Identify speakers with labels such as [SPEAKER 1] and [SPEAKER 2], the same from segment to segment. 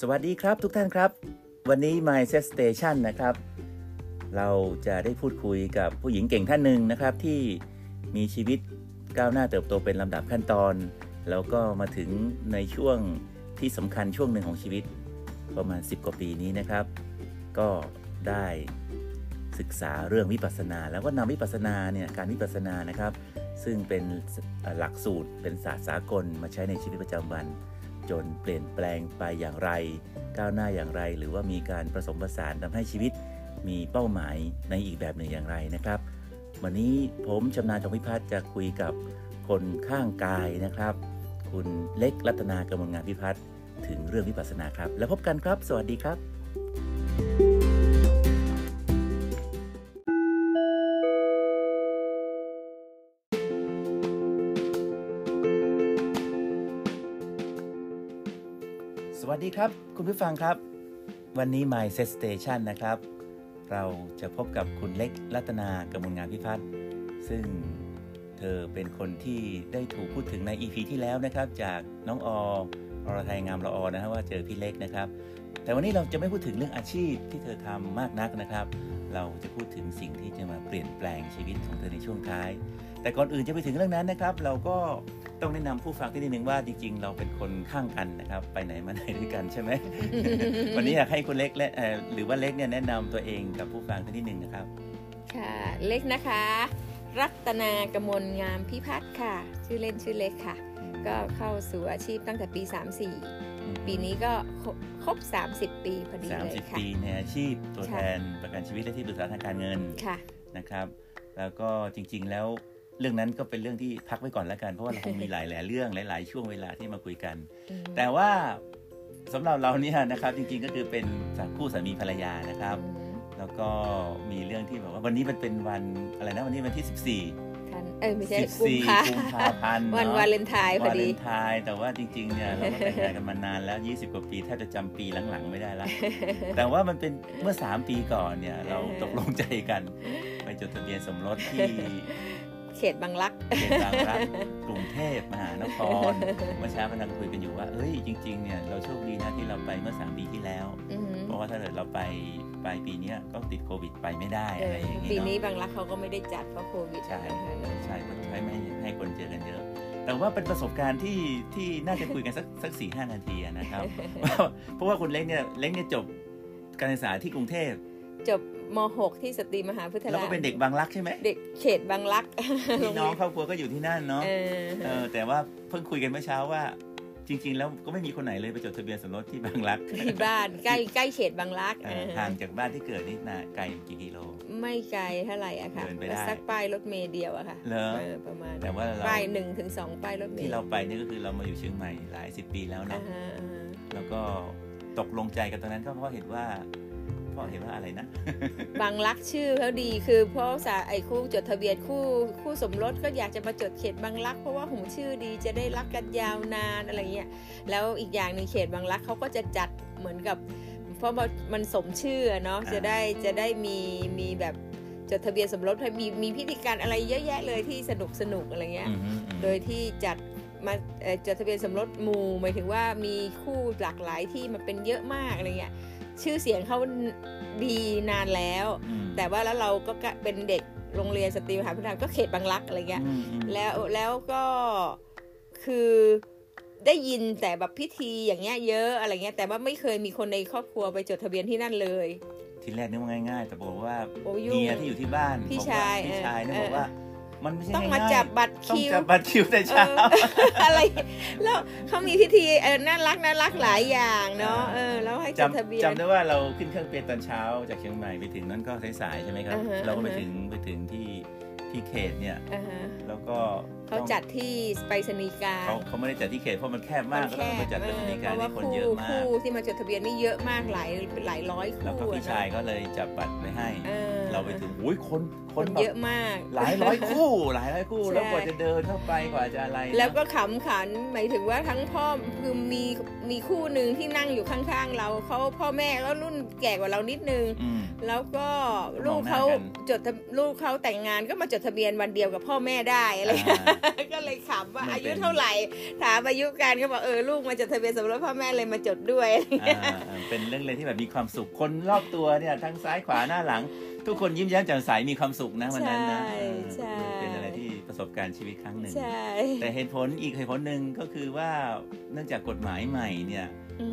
[SPEAKER 1] สวัสดีครับทุกท่านครับ วันนี้ Mindset Station นะครับ เราจะได้พูดคุยกับผู้หญิงเก่งท่านหนึ่งนะครับ ที่มีชีวิตก้าวหน้าเติบโตเป็นลำดับขั้นตอน แล้วก็มาถึงในช่วงที่สำคัญช่วงหนึ่งของชีวิต ประมาณ 10 กว่าปีนี้นะครับ ก็ได้ศึกษาเรื่องวิปัสสนา แล้วก็นำวิปัสสนาเนี่ยการวิปัสสนานะครับ ซึ่งเป็นหลักสูตรเป็นศาสตร์สากลมาใช้ในชีวิตประจำวัน จนเปลี่ยนแปลงไปอย่างไร ก้าวหน้าอย่างไร หรือว่ามีการผสมผสานทำให้ชีวิตมีเป้าหมายในอีกแบบหนึ่งอย่างไรนะครับ วันนี้ผมชำนาญทองพิพัฒน์จะคุยกับคนข้างกายนะครับ คุณเล็กรัตนากำมลงานพิพัฒน์ถึงเรื่องวิปัสสนาครับ แล้วพบกันครับ สวัสดีครับ สวัสดีครับ คุณผู้ฟังครับ วันนี้ My Set Station นะครับ เราจะพบกับคุณเล็กรัตนากำมลงานพิพัฒน์ซึ่งเธอเป็นคนที่ได้ถูกพูดถึงใน EP ที่แล้วนะครับ จากน้องออรไทยงามละออนะฮะว่าเจอพี่เล็กนะครับ แต่วันนี้เราจะไม่พูดถึงเรื่องอาชีพที่เธอทำมากนักนะครับ เราจะพูดถึงสิ่งที่จะมาเปลี่ยนแปลงชีวิตของเธอในช่วงท้าย แต่ก่อนอื่นจะไปถึงเรื่องนั้นนะครับ เราก็ต้องแนะนำผู้ฟังที่นิดนึงว่าจริงๆ เราเป็นคนข้างกันนะครับ ไปไหนมาไหนด้วยกันใช่ไหม วันนี้อยากให้คุณเล็กและเอ่อหรือว่าเล็กเนี่ยแนะนำตัวเองกับผู้ฟังที่นิดนึงนะครับ
[SPEAKER 2] ค่ะ เล็กนะคะ รัตนากมลงามพิพัฒน์ค่ะ ชื่อเล่นชื่อเล็กค่ะ ก็เข้าสู่อาชีพตั้งแต่ปี 34 ปีนี้ก็ครบครบ 30 ปีพอดีเลย
[SPEAKER 1] 30
[SPEAKER 2] ค่ะ
[SPEAKER 1] ปีในอาชีพตัว
[SPEAKER 2] ใช่
[SPEAKER 1] แทนประกันชีวิตและที่ปรึกษาทางการเงิน
[SPEAKER 2] ค่ะ
[SPEAKER 1] นะครับ แล้วก็จริงๆ แล้วเรื่องนั้นก็เป็นเรื่องที่พักไว้ก่อนแล้วกัน เพราะว่าเราคงมีหลายหลายๆเรื่องหลาย ๆ ช่วงเวลาที่มาคุยกัน แต่ว่าสำหรับเราเนี่ยนะครับจริงๆ ก็คือเป็นคู่สามีภรรยานะครับ แล้วก็มีเรื่องที่แบบว่าวันนี้มันเป็นวันอะไรนะวันนี้วันที่ 14
[SPEAKER 2] ท่านเอ้ยไม่ใช่
[SPEAKER 1] 14
[SPEAKER 2] กุมภา
[SPEAKER 1] กุมภาพันธ์เนอะ
[SPEAKER 2] วันวาเลนไทน์พอ
[SPEAKER 1] วาเล
[SPEAKER 2] ดี
[SPEAKER 1] นไทน์แต่ว่าจริงๆเนี่ยเราก็แต่งงานกันมานานแล้ว 20 กว่าปีแทบจะจำปีหลังๆไม่ได้ แล้ว แต่ว่ามันเป็นเมื่อ 3 ปีก่อนเนี่ย เราตกลงใจ กัน ไปจดทะเบียนสมรสที่
[SPEAKER 2] เขตบางรัก
[SPEAKER 1] เขตบางรักกรุงเทพมหานครเมื่อเช้ากำลังคุยกันอยู่ว่าเอ้ยจริงๆเนี่ยเราโชคดีนะที่เราไปเมื่อ 3 ปีที่แล้ว
[SPEAKER 2] อืม
[SPEAKER 1] เพราะว่าถ้าเกิดเราไปปลายปีเนี้ยก็ติดโควิดไปไม่ได้
[SPEAKER 2] เอ
[SPEAKER 1] อะไร
[SPEAKER 2] อ
[SPEAKER 1] อย่างงี้
[SPEAKER 2] ปี
[SPEAKER 1] เนาะ
[SPEAKER 2] นี้บางรักเขาก็ไม่ได้จัดเพราะโควิด
[SPEAKER 1] ใช่
[SPEAKER 2] นะคะเนอะ
[SPEAKER 1] ใช่คนใช้ไม่ให้ให้คนเจอกันเยอะ แต่ว่าเป็นประสบการณ์ที่ที่น่าจะคุยกันสักสักสี่ห้านาทีอะนะครับ เพราะว่าคุณเล้งเนี่ยเล้งเนี่ยจบการศึกษาที่กรุงเทพ
[SPEAKER 2] จบม .6 ที่สตรีมหาพุทธ
[SPEAKER 1] แล้ว
[SPEAKER 2] รา
[SPEAKER 1] ก็
[SPEAKER 2] ช
[SPEAKER 1] เป็นเด็กบางรักใช่ ไหม
[SPEAKER 2] เด็กเขตบางรัก
[SPEAKER 1] พี่น้องครอบครัวก็อยู่ที่นั่นเนาะ
[SPEAKER 2] เออ
[SPEAKER 1] เออแต่ว่าเพิ่งคุยกันเมื่อเช้าว่า จริง ๆ แล้วก็ไม่มีคนไหนเลยไปจดทะเบียนสมรสที่บางรัก
[SPEAKER 2] ที่บ้านใกล้ใกล้เขตบางรัก
[SPEAKER 1] เออ
[SPEAKER 2] เออ
[SPEAKER 1] ห่างจากบ้านที่เกิดนี่นาไกลกี่กิโล
[SPEAKER 2] ไม่ไกลเท่าไหร่อะค่ะ
[SPEAKER 1] เดินไปได้
[SPEAKER 2] สักป้ายรถเมล์เดียวอะค่ะ
[SPEAKER 1] เหรอ
[SPEAKER 2] เออประมาณ
[SPEAKER 1] แต่ว่าเรา
[SPEAKER 2] ป้ายหนึ่งถึงสองป้ายรถเมล์
[SPEAKER 1] ที่เราไปนี่ก็คือเรามาอยู่เชียงใหม่หลายสิบปีแล้ว
[SPEAKER 2] อ่า
[SPEAKER 1] เนาะ
[SPEAKER 2] ฮะอ่าฮะ
[SPEAKER 1] แล้วก็ตกลงใจกันตอนนั้นก็เพราะเห็นว่าเพราะเห็นว่าอะไรนะ
[SPEAKER 2] บางรักชื่อเขาดีคือเพราะสาไอ้คู่จดทะเบียนคู่คู่สมรสก็อยากจะมาจดเขตบางรัก เพราะว่าหูชื่อดีจะได้รักกันยาวนานอะไรเงี้ยแล้วอีกอย่างหนึ่งเขตบางรักเขาก็จะจัดเหมือนกับเพราะว่ามันสมชื่ออะเนาะ
[SPEAKER 1] อ่า
[SPEAKER 2] จะได้จะได้มีมีแบบจดทะเบียนสมรสให้มีมีพิธีการอะไรเยอะแยะเลยที่สนุกสนุกอะไรเงี้ย โดยที่จัดมาเอ่อจดทะเบียนสมรสหมู่หมายถึงว่ามีคู่หลากหลายที่มันเป็นเยอะมากอะไรเงี้ยชื่อเสียงเขาดีนานแล้ว
[SPEAKER 1] อืม
[SPEAKER 2] แต่ว่าแล้วเราก็กะเป็นเด็กโรงเรียนสตรีมหาพิทยาลัยก็เขตบางรักอะไรเงี้ย
[SPEAKER 1] อืมอืม
[SPEAKER 2] แล้วแล้วก็คือได้ยินแต่แบบพิธีอย่างเงี้ยเยอะอะไรเงี้ยแต่ว่าไม่เคยมีคนในครอบครัวไปจดทะเบียนที่นั่นเลย
[SPEAKER 1] ทีแรกนึกว่าง่ายๆ แต่บอกว่า
[SPEAKER 2] โอ้ยุ่ง
[SPEAKER 1] เมียที่อยู่ที่บ้าน
[SPEAKER 2] พี่
[SPEAKER 1] บอกว่
[SPEAKER 2] ชาย
[SPEAKER 1] พี่ชายเนี่ย
[SPEAKER 2] เออ
[SPEAKER 1] บอกว่า มันไม่ใช่
[SPEAKER 2] ต้องมา
[SPEAKER 1] ง่ยๆ
[SPEAKER 2] จับบัตร
[SPEAKER 1] ต้อง
[SPEAKER 2] คิว
[SPEAKER 1] จับบัตรคิวแต่เช้า
[SPEAKER 2] เอออะไรแล้วเขามีพิธีเออน่ารักน่ารักหลายอย่างเนาะเออแล้วให้จดทะเบียน
[SPEAKER 1] จำได้ว่าเราขึ้นเครื่องเป็นตอนเช้าจากเชียงใหม่ไปถึงนั่นก็สายๆใช่ไหมครับ
[SPEAKER 2] อ่าฮะ
[SPEAKER 1] เราก็ไปถึงไปถึงที่ที่เขตเนี่ย
[SPEAKER 2] อ่าฮะ
[SPEAKER 1] แล้วก็
[SPEAKER 2] เขา
[SPEAKER 1] ต้อง
[SPEAKER 2] จัดที่ไปรษณีย์กลาง
[SPEAKER 1] เขาเขาไม่ได้จัดที่เขตเพราะมันแคบมากก็ต้องไปจัดเป็นบรรยา
[SPEAKER 2] เพ
[SPEAKER 1] การ
[SPEAKER 2] ราะว่า
[SPEAKER 1] ที่คน
[SPEAKER 2] คู่
[SPEAKER 1] เยอะมาก
[SPEAKER 2] คู่ที่มาจดทะเบียนนี่เยอะมากหลายหลายร้อยคู่
[SPEAKER 1] แล้วก็พี่ชายก็เลยจับบัตรไปให้
[SPEAKER 2] ออ
[SPEAKER 1] เราไปถึงโอ้ยคนค
[SPEAKER 2] คน น
[SPEAKER 1] แบ
[SPEAKER 2] เย
[SPEAKER 1] บ
[SPEAKER 2] อะมาก
[SPEAKER 1] หลายร้อยคู่ หลายร้อยคู่
[SPEAKER 2] ใช่
[SPEAKER 1] แล้วกว่าจะเดินเข้าไปกว่าจะอะไรนะ
[SPEAKER 2] แล้วก็ขำขันหมายถึงว่าทั้งพ่อคือมีมีคู่หนึ่งที่นั่งอยู่ข้างๆเราเขาพ่อแม่ก็รุ่นแก่กว่าเรานิดนึง
[SPEAKER 1] อืม
[SPEAKER 2] แล้วก็
[SPEAKER 1] ม
[SPEAKER 2] ลู
[SPEAKER 1] อง
[SPEAKER 2] ก
[SPEAKER 1] หน้า
[SPEAKER 2] เขา
[SPEAKER 1] กัน
[SPEAKER 2] จดทะลูกเขาแต่งงานก็มาจดทะเบียนวันเดียวกับพ่อแม่ได้อะไร
[SPEAKER 1] อ่า
[SPEAKER 2] ก็เลยขำว่า
[SPEAKER 1] ไม่เป็น
[SPEAKER 2] อายุเท่าไหร่ ถามอายุกันก็บอกเออลูกมาจดทะเบียนสมรสพ่อแม่เลยมาจดด้วย
[SPEAKER 1] อ่าอ่าเป็นเรื่องเลยที่แบบมีความสุขคนรอบตัวเนี่ยทั้งซ้ายขวาหน้าหลัง ทุกคนยิ้มแย้มแจ่มใสมีความสุขนะวันนั้นนะ
[SPEAKER 2] ใช่
[SPEAKER 1] เออ
[SPEAKER 2] ใช่
[SPEAKER 1] เป็นอะไรที่ประสบการณ์ชีวิตครั้งหนึ่ง
[SPEAKER 2] ใช่
[SPEAKER 1] แต่เหตุผลอีกเหตุผลหนึ่งก็คือว่าเนื่องจากกฎหมายใหม่เนี่ย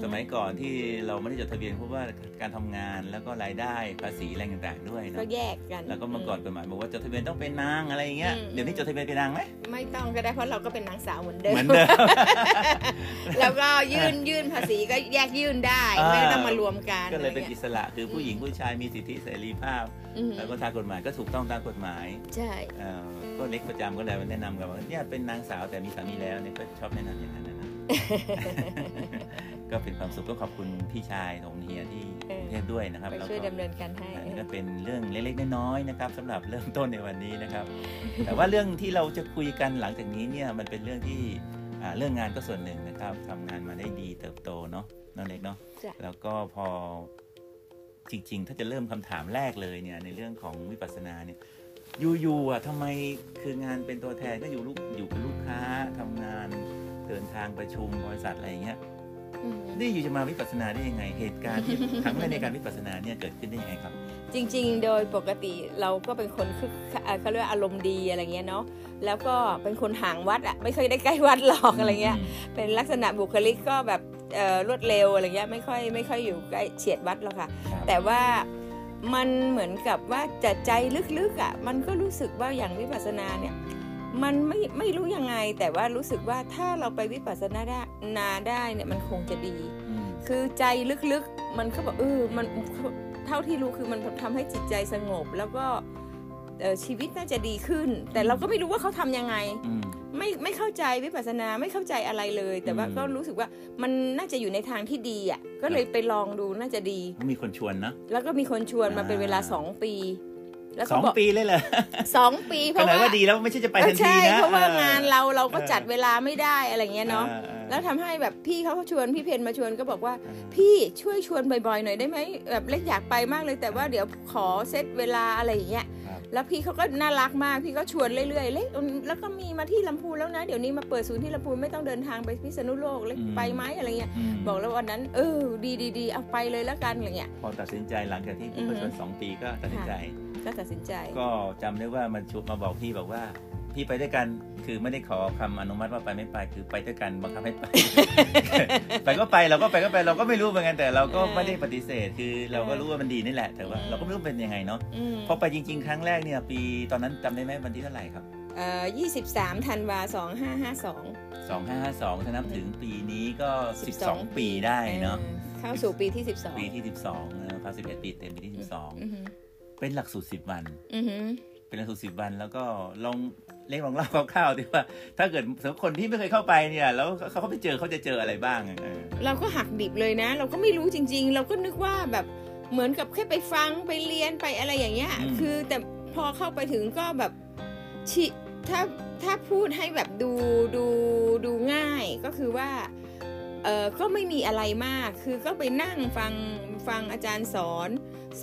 [SPEAKER 1] สมัยก่อนที่เราไม่ได้จดทะเบียนเพราะว่าการทำงานแล้วก็รายได้ภาษีอะไรต่างๆด้วย
[SPEAKER 2] ก็
[SPEAKER 1] เนาะ
[SPEAKER 2] แยกกัน
[SPEAKER 1] แล้วก็เมื่อก่อนกฎหมายบอกว่าจดทะเบียนต้องเป็นนางอะไรอย่างเงี้ย
[SPEAKER 2] อืม
[SPEAKER 1] เดี๋ยวนี้จดทะเบียนเป็นนางไหม
[SPEAKER 2] ไม่ต้องก็ได้เพราะเราก็เป็นนางสาวเหมือนเดิ
[SPEAKER 1] เหมือ
[SPEAKER 2] ม
[SPEAKER 1] นเดิม
[SPEAKER 2] แล้วก็ยื่นยื่นภาษีก็แยกยื่นได้
[SPEAKER 1] อ่า
[SPEAKER 2] ไม่ต้องมารวมกัน
[SPEAKER 1] ก็เลยเป็น
[SPEAKER 2] อะไร
[SPEAKER 1] อิ
[SPEAKER 2] งี้
[SPEAKER 1] สระคือผู้หญิงผู้ชายมีสิทธิเสรีภาพ
[SPEAKER 2] อืม
[SPEAKER 1] แล้วก็ทางกฎหมายก็ถูกต้องตามกฎหมาย
[SPEAKER 2] ใช่
[SPEAKER 1] เอ่อก็เล็กประจำก็เลยแนะนำกันว่าเนี่ยเป็นนางสาวแต่มีสามีแล้วเนี่ยก็ชอบแนะนำอย่างนั้นนะ ก็เป็นความสุขก็ขอบคุณพี่ชายของเฮียที่กรุงเทพด้วยนะครับ
[SPEAKER 2] ไป
[SPEAKER 1] แล้ว
[SPEAKER 2] ช่วย
[SPEAKER 1] ก็
[SPEAKER 2] ดำเนินการให้
[SPEAKER 1] อันนี้ก็เป็นเรื่องเล็กๆน้อยๆนะครับสำหรับเริ่มต้นในวันนี้นะครับ แต่ว่าเรื่องที่เราจะคุยกันหลังจากนี้เนี่ยมันเป็นเรื่องที่อ่าเรื่องงานก็ส่วนหนึ่งนะครับทำงานมาได้ดีเติบโตเนาะน้องเล็กเนาะ
[SPEAKER 2] จ้ะ
[SPEAKER 1] แล้วก็พอจริงๆ ถ้าจะเริ่มคำถามแรกเลยเนี่ยในเรื่องของวิปัสสนาเนี่ยอยู่ๆอ่ะทำไมคืองานเป็นตัวแทนก็อยู่ลูกอยู่กับลูกค้าทำงานเดินทางประชุมบริษัทอะไรอย่างเงี้ย
[SPEAKER 2] อืม
[SPEAKER 1] นี่อยู่จะมาวิปัสสนาได้ยังไงเหตุการณ์ที่ ครั้งแรกในการวิปัสสนาเนี่ยเกิดขึ้นได้ยังไงครับ
[SPEAKER 2] จริงๆ โดยปกติเราก็เป็นคนคึกเอ่อเขาเรียกว่าอารมณ์ดีอะไรเงี้ยเนาะ แล้วก็เป็นคนห่างวัดอะไม่เคยได้ใกล้วัดหรอกอะไร เงี้ย เป็นลักษณะบุคลิกก็แบบเอ่อรวดเร็วอะไรเงี้ยไม่ค่อยไม่ค่อยอยู่ใกล้เฉียดวัดหรอกค่ะ
[SPEAKER 1] ครับ
[SPEAKER 2] แต่ว่ามันเหมือนกับว่าจะใจลึกๆอะ่ะมันก็รู้สึกว่าอย่างวิปัสสนาเนี่ยมันไม่ไม่รู้ยังไง แต่ว่ารู้สึกว่าถ้าเราไปวิปัสสนาได้นาได้เนี่ยมันคงจะดี
[SPEAKER 1] อืม
[SPEAKER 2] คือใจลึกๆ มันก็บอกเออมันเท่าที่รู้คือมันทำให้จิตใจสงบ แล้วก็เอ่อชีวิตน่าจะดีขึ้น แต่เราก็ไม่รู้ว่าเขาทำยังไง
[SPEAKER 1] อืม
[SPEAKER 2] ไม่ไม่เข้าใจวิปัสสนาไม่เข้าใจอะไรเลย แต่ว่า
[SPEAKER 1] อืม
[SPEAKER 2] ก็รู้สึกว่ามันน่าจะอยู่ในทางที่ดีอ่ะก็เลยไปลองดูน่าจะดี
[SPEAKER 1] มีคนชวนนะ
[SPEAKER 2] แล้วก็มีคนชวนมา
[SPEAKER 1] อ่า
[SPEAKER 2] เป็นเวลาสองปี แล้ว
[SPEAKER 1] ส
[SPEAKER 2] เขา
[SPEAKER 1] อง
[SPEAKER 2] บอก
[SPEAKER 1] ปีเลยเหรอ
[SPEAKER 2] สองปีเพ
[SPEAKER 1] ก็
[SPEAKER 2] ราะ
[SPEAKER 1] ไหน
[SPEAKER 2] ว่า
[SPEAKER 1] ว่าดีแล้วไม่ใช่จะไปทันที
[SPEAKER 2] ใช่
[SPEAKER 1] นะ
[SPEAKER 2] เพราะว่างานเราเราก็
[SPEAKER 1] เออ
[SPEAKER 2] จัดเวลาไม่ได้อะไรเงี้ยเนาะ
[SPEAKER 1] ออ
[SPEAKER 2] แล้วทำให้แบบพี่เขาชวนพี่เพนมาชวนก็บอกว่า
[SPEAKER 1] เออ
[SPEAKER 2] พี่ช่วยชวนบ่อยๆหน่อยได้ไหมแบบเล็กอยากไปมากเลยแต่ว่าเดี๋ยวขอเซตเวลาอะไรอย่างเงี้ย
[SPEAKER 1] ครับ
[SPEAKER 2] แล้วพี่เขาก็น่ารักมากพี่ก็ชวนเรื่อยๆเล็กแล้วก็มีมาที่ลำพูนแล้วนะ เดี๋ยวนี้มาเปิดศูนย์ที่ลำพูนไม่ต้องเดินทางไปพิษณุโลกเล็กไปไหมอะไรเงี้ย
[SPEAKER 1] ม
[SPEAKER 2] บอกแล้ววันนั้น เออดีดีดีเอาไปเลยแล้วกันอะไรเงี้ย
[SPEAKER 1] พอตัดสินใจหลังจากที่
[SPEAKER 2] อือ
[SPEAKER 1] ป
[SPEAKER 2] ฮึ
[SPEAKER 1] ระชวนสองปีก็ตัดสินใจ
[SPEAKER 2] ก็ตัดสินใจ
[SPEAKER 1] ก็จำได้ว่ามันชวนมาบอกพี่บอกว่า พี่ไปด้วยกันคือไม่ได้ขอคำอนุมัติว่าไปไม่ไปคือไปด้วยกันบังคับ ให้ไป ไปก็ไปเราก็ไปก็ไปเราก็ไม่รู้เหมือนกันแต่เราก็ไม่ได้ปฏิเสธคือเราก็รู้ว่ามันดีนี่แหละ แต่ว่าเราก็ไม่รู้เป็นยังไงเนาะ
[SPEAKER 2] อืม
[SPEAKER 1] พอไปจริง ๆ ครั้งแรกเนี่ย ปีตอนนั้นจำได้ไหมวันที่เท่าไหร่ครับ
[SPEAKER 2] เอ่อยี่สิบสามธันวาสองห้าห้าสอง
[SPEAKER 1] 2552ถ้านับถึงปีนี้ก็ 12 ปีได้เนาะ
[SPEAKER 2] เข้าสู่ปีที่สิบสอง
[SPEAKER 1] ปีที่ 12นะครับ11 ปีเต็มปีที่
[SPEAKER 2] อือหือ
[SPEAKER 1] 12 เป็นหลักสูตร 10 วัน
[SPEAKER 2] อือหือ
[SPEAKER 1] เป็นหลักสูตร 10 วัน แล้วก็ลองเล่นลองเล่าคร่าวๆดีว่า ถ้าเกิดสำหรับคนที่ไม่เคยเข้าไปเนี่ย แล้วเขาเขาไปเจอเขาจะเจออะไรบ้างอะเออ
[SPEAKER 2] เราก็หักดิบเลยนะ เราก็ไม่รู้จริง ๆ เราก็นึกว่าแบบเหมือนกับแค่ไปฟังไปเรียนไปอะไรอย่างเงี้ย
[SPEAKER 1] อืม
[SPEAKER 2] คือแต่พอเข้าไปถึงก็แบบชิถ้าถ้าพูดให้แบบดูดูดูง่ายก็คือว่าเออก็ไม่มีอะไรมาก คือก็ไปนั่งฟังฟังอาจารย์สอน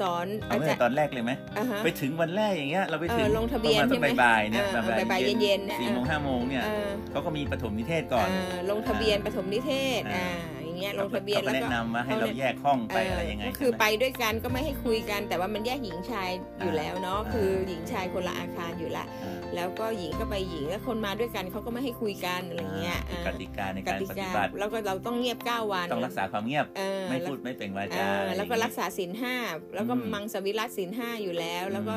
[SPEAKER 2] สอน
[SPEAKER 1] เอา
[SPEAKER 2] อา
[SPEAKER 1] ตั้ง
[SPEAKER 2] จา
[SPEAKER 1] แต่
[SPEAKER 2] รย์
[SPEAKER 1] ตอนแรกเลยไหม
[SPEAKER 2] อ่าฮะ
[SPEAKER 1] ไปถึงวันแรกอย่างเงี้ยเราไปถึง
[SPEAKER 2] เออลงทะเบียน
[SPEAKER 1] ประมาณต
[SPEAKER 2] ใช่
[SPEAKER 1] อ
[SPEAKER 2] ไหม
[SPEAKER 1] นบ่ายๆเนี่ยป
[SPEAKER 2] เออ
[SPEAKER 1] ระมา
[SPEAKER 2] บ่า
[SPEAKER 1] ณ
[SPEAKER 2] ยๆเย็นๆเนี่ย
[SPEAKER 1] สี่โมง
[SPEAKER 2] เออ
[SPEAKER 1] ห้าโมงเนี่ย
[SPEAKER 2] เออ
[SPEAKER 1] เขาก็มีปฐมนิเทศก่อน
[SPEAKER 2] อ่าลงทะเบียนปฐมนิเทศ
[SPEAKER 1] อ่า
[SPEAKER 2] อ่าอย่างเงี้ยลงทะเบียน
[SPEAKER 1] ขาก็
[SPEAKER 2] แล้ว
[SPEAKER 1] แนะ
[SPEAKER 2] ก็
[SPEAKER 1] นำว่าให้เราแยกห้องไปอะไรยังไง
[SPEAKER 2] เก็คือ
[SPEAKER 1] ใช่หม
[SPEAKER 2] ไปด้วยกันก็ไม่ให้คุยกันแต่ว่ามันแยกหญิงชายอยู่
[SPEAKER 1] อ่า
[SPEAKER 2] แล้วเนาะ
[SPEAKER 1] อ่า
[SPEAKER 2] คือหญิงชายคนละอาคารอยู่ละ
[SPEAKER 1] อ่า
[SPEAKER 2] แล้วก็หญิงก็ไปหญิงแล้วคนมาด้วยกันเขาก็ไม่ให้คุยกันอะไรเงี้ย
[SPEAKER 1] คือกติกาใน
[SPEAKER 2] อ่าก
[SPEAKER 1] การ
[SPEAKER 2] ติ
[SPEAKER 1] ปฏิ
[SPEAKER 2] กา
[SPEAKER 1] บัติ
[SPEAKER 2] แล้วก็เราต้องเงียบ 9 วัน
[SPEAKER 1] ต้องรักษาความเงียบ
[SPEAKER 2] เออ
[SPEAKER 1] ไม่
[SPEAKER 2] แล้ว
[SPEAKER 1] พูดไม่เป็นวา
[SPEAKER 2] เอ
[SPEAKER 1] จา
[SPEAKER 2] อแล้วก็
[SPEAKER 1] อะไรอย่างงี้
[SPEAKER 2] รักษาศีลห้าแล้วก็
[SPEAKER 1] อืม
[SPEAKER 2] มังสวิรัตศีลห้าอยู่แล้ว แล้วก็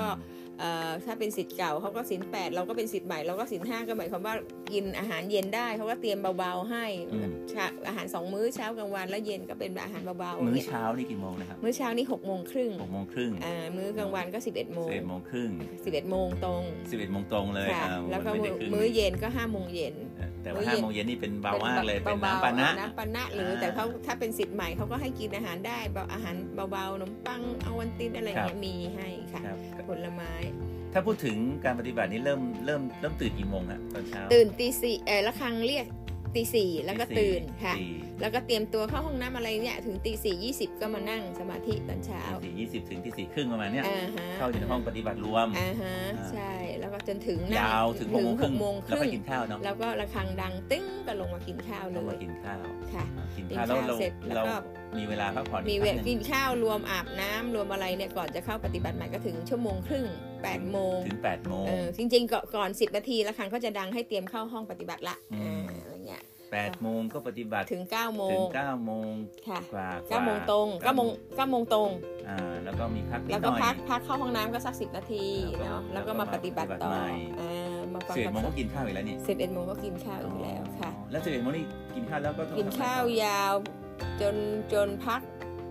[SPEAKER 2] เอ่อถ้าเป็นสิทธิ์เก่าเขาก็ศีลแปดเราก็เป็นสิทธิ์ใหม่เราก็ศีลห้าก็หมายความว่ากินอาหารเย็นได้เขาก็เตรียมเบาๆให้เช้าอาหารสองมื้อเช้ากลางวันแล้วเย็นก็เป็นอาหารเบาๆ
[SPEAKER 1] มื้อ
[SPEAKER 2] เนี่ย
[SPEAKER 1] เช้านี่กี่โมงนะครับ
[SPEAKER 2] มื้อเช้านี่6กโมงครึ่ง
[SPEAKER 1] หกโมงครึ่ง
[SPEAKER 2] อ่ามื้อกลางวันก็ 11บเอ็ดโมง
[SPEAKER 1] สิบเอ็ดโมงครึ่ง
[SPEAKER 2] สิบเอ็ดโมงตรง
[SPEAKER 1] สิบเอ็ดโมงตรงเลย
[SPEAKER 2] ค่ะ
[SPEAKER 1] อ่า
[SPEAKER 2] แล้วก็
[SPEAKER 1] น
[SPEAKER 2] มื้
[SPEAKER 1] ไได้
[SPEAKER 2] อ
[SPEAKER 1] ครึ่ง
[SPEAKER 2] มื้อเย็นก็5้าโมงเย็น
[SPEAKER 1] อ่ะแต่
[SPEAKER 2] มื้
[SPEAKER 1] ว่า
[SPEAKER 2] อเย็น
[SPEAKER 1] ห้าโมงเย็นนี่เป็นเบามากเลยเป็น
[SPEAKER 2] บา
[SPEAKER 1] น้ำปา
[SPEAKER 2] ๆ
[SPEAKER 1] นะ
[SPEAKER 2] น้ำปานะหรืออาแต่เขาถ้าเป็นสิทธิ์ใหม่เขาก็ให้กินอาหารได้เบาอาหารเบาๆขนมปังเอาวันตินอะไรอย่างเงี้ยมีให้ค่ะ
[SPEAKER 1] ครับ
[SPEAKER 2] ผลไม้
[SPEAKER 1] ถ้าพูดถึงการปฏิบัตินี่เริ่มเริ่มเริ่มตื่นกี่โมงฮะตอนเช้า
[SPEAKER 2] ตื่นตีสี่เออละครังเรียก ตีสี่แล้วก็
[SPEAKER 1] ตี
[SPEAKER 2] ตื่น
[SPEAKER 1] สี่
[SPEAKER 2] ค่ะ
[SPEAKER 1] ตี
[SPEAKER 2] แล้วก็เตรียมตัวเข้าห้องน้ำอะไรเนี่ยถึงตีสี่ยี่สิบก็มานั่งสมาธิตอนเช้า
[SPEAKER 1] ตีสี่ยี่สิบถึงตีสี่ครึ่งประมาณเนี้ย
[SPEAKER 2] อ่าฮะ
[SPEAKER 1] เข้าอยู่ในห้องปฏิบัติรวม
[SPEAKER 2] อ่าฮะ
[SPEAKER 1] อ่า
[SPEAKER 2] ใช่แล้วก็จนถึงนั่
[SPEAKER 1] ยาวถึงหกโมงครึ่ง
[SPEAKER 2] โมงค
[SPEAKER 1] แล้ว
[SPEAKER 2] รึ่
[SPEAKER 1] ไป
[SPEAKER 2] ง
[SPEAKER 1] กินข้าวเนาะ
[SPEAKER 2] แล้วก็ระฆังดังตึ้งก็ลงมากินข้าวเล
[SPEAKER 1] ต้องมาย กินข้าว
[SPEAKER 2] ค่ะ
[SPEAKER 1] อ่ากิน
[SPEAKER 2] กิน
[SPEAKER 1] ข้าวแล้ว
[SPEAKER 2] ข้าว
[SPEAKER 1] เรา
[SPEAKER 2] เสร็จแล้
[SPEAKER 1] เรา
[SPEAKER 2] วก็
[SPEAKER 1] มีเวลาพักผ่อน
[SPEAKER 2] มี
[SPEAKER 1] อีก
[SPEAKER 2] เว
[SPEAKER 1] แป๊
[SPEAKER 2] ลา
[SPEAKER 1] บห
[SPEAKER 2] กิ
[SPEAKER 1] นึ่
[SPEAKER 2] น
[SPEAKER 1] ง
[SPEAKER 2] ข้าวรวมอาบน้ำรวมอะไรเนี่ยก่อนจะเข้าปฏิบัติใหม่ก็ถึงชั่วโมงครึ่ง8ปดโมง
[SPEAKER 1] ถึงแปดโมง
[SPEAKER 2] เออจริงๆก่อนก่อนสิบนาทีละครั้งก็จะดังให้เตรียมเข้าห้องปฏิบัติละ
[SPEAKER 1] อืม
[SPEAKER 2] อ่าอะไรเงี้ย
[SPEAKER 1] แปดโมงก็ปฏิบัติ
[SPEAKER 2] ถึง9ก้าโม
[SPEAKER 1] ถึ
[SPEAKER 2] ง
[SPEAKER 1] งเก้าโมง
[SPEAKER 2] ค่ะ
[SPEAKER 1] กว่า
[SPEAKER 2] เก้าโมงตรงเก้าโมงเก้าโมงตรง
[SPEAKER 1] อ่าแล้วก็มีพักนิ
[SPEAKER 2] แล้
[SPEAKER 1] ด
[SPEAKER 2] ว
[SPEAKER 1] ห
[SPEAKER 2] ก็
[SPEAKER 1] น่อย
[SPEAKER 2] พักพักเข้าห้องน้ำก็สักสิบนาที
[SPEAKER 1] แล้วก็
[SPEAKER 2] เนาะแล้วก็
[SPEAKER 1] แล้วก็
[SPEAKER 2] มาปฏิบัติต่อ
[SPEAKER 1] มาปฏิบัติใหม่
[SPEAKER 2] อ่ามาฟัง
[SPEAKER 1] สิบเอ็ด
[SPEAKER 2] คำ
[SPEAKER 1] โมง
[SPEAKER 2] ส
[SPEAKER 1] ก็
[SPEAKER 2] อน
[SPEAKER 1] กินข้าวอีกแล้วนี่
[SPEAKER 2] สิบเอ็ดโมงก็กินข้าวอีกแล้วค่ะ
[SPEAKER 1] อ๋อแล้วสิบเอ็ดโมงนี่กินข้าวแล้วก็ต้อง
[SPEAKER 2] กินข้า
[SPEAKER 1] ทำ
[SPEAKER 2] ว
[SPEAKER 1] อะไร
[SPEAKER 2] ยาวจนจนพัก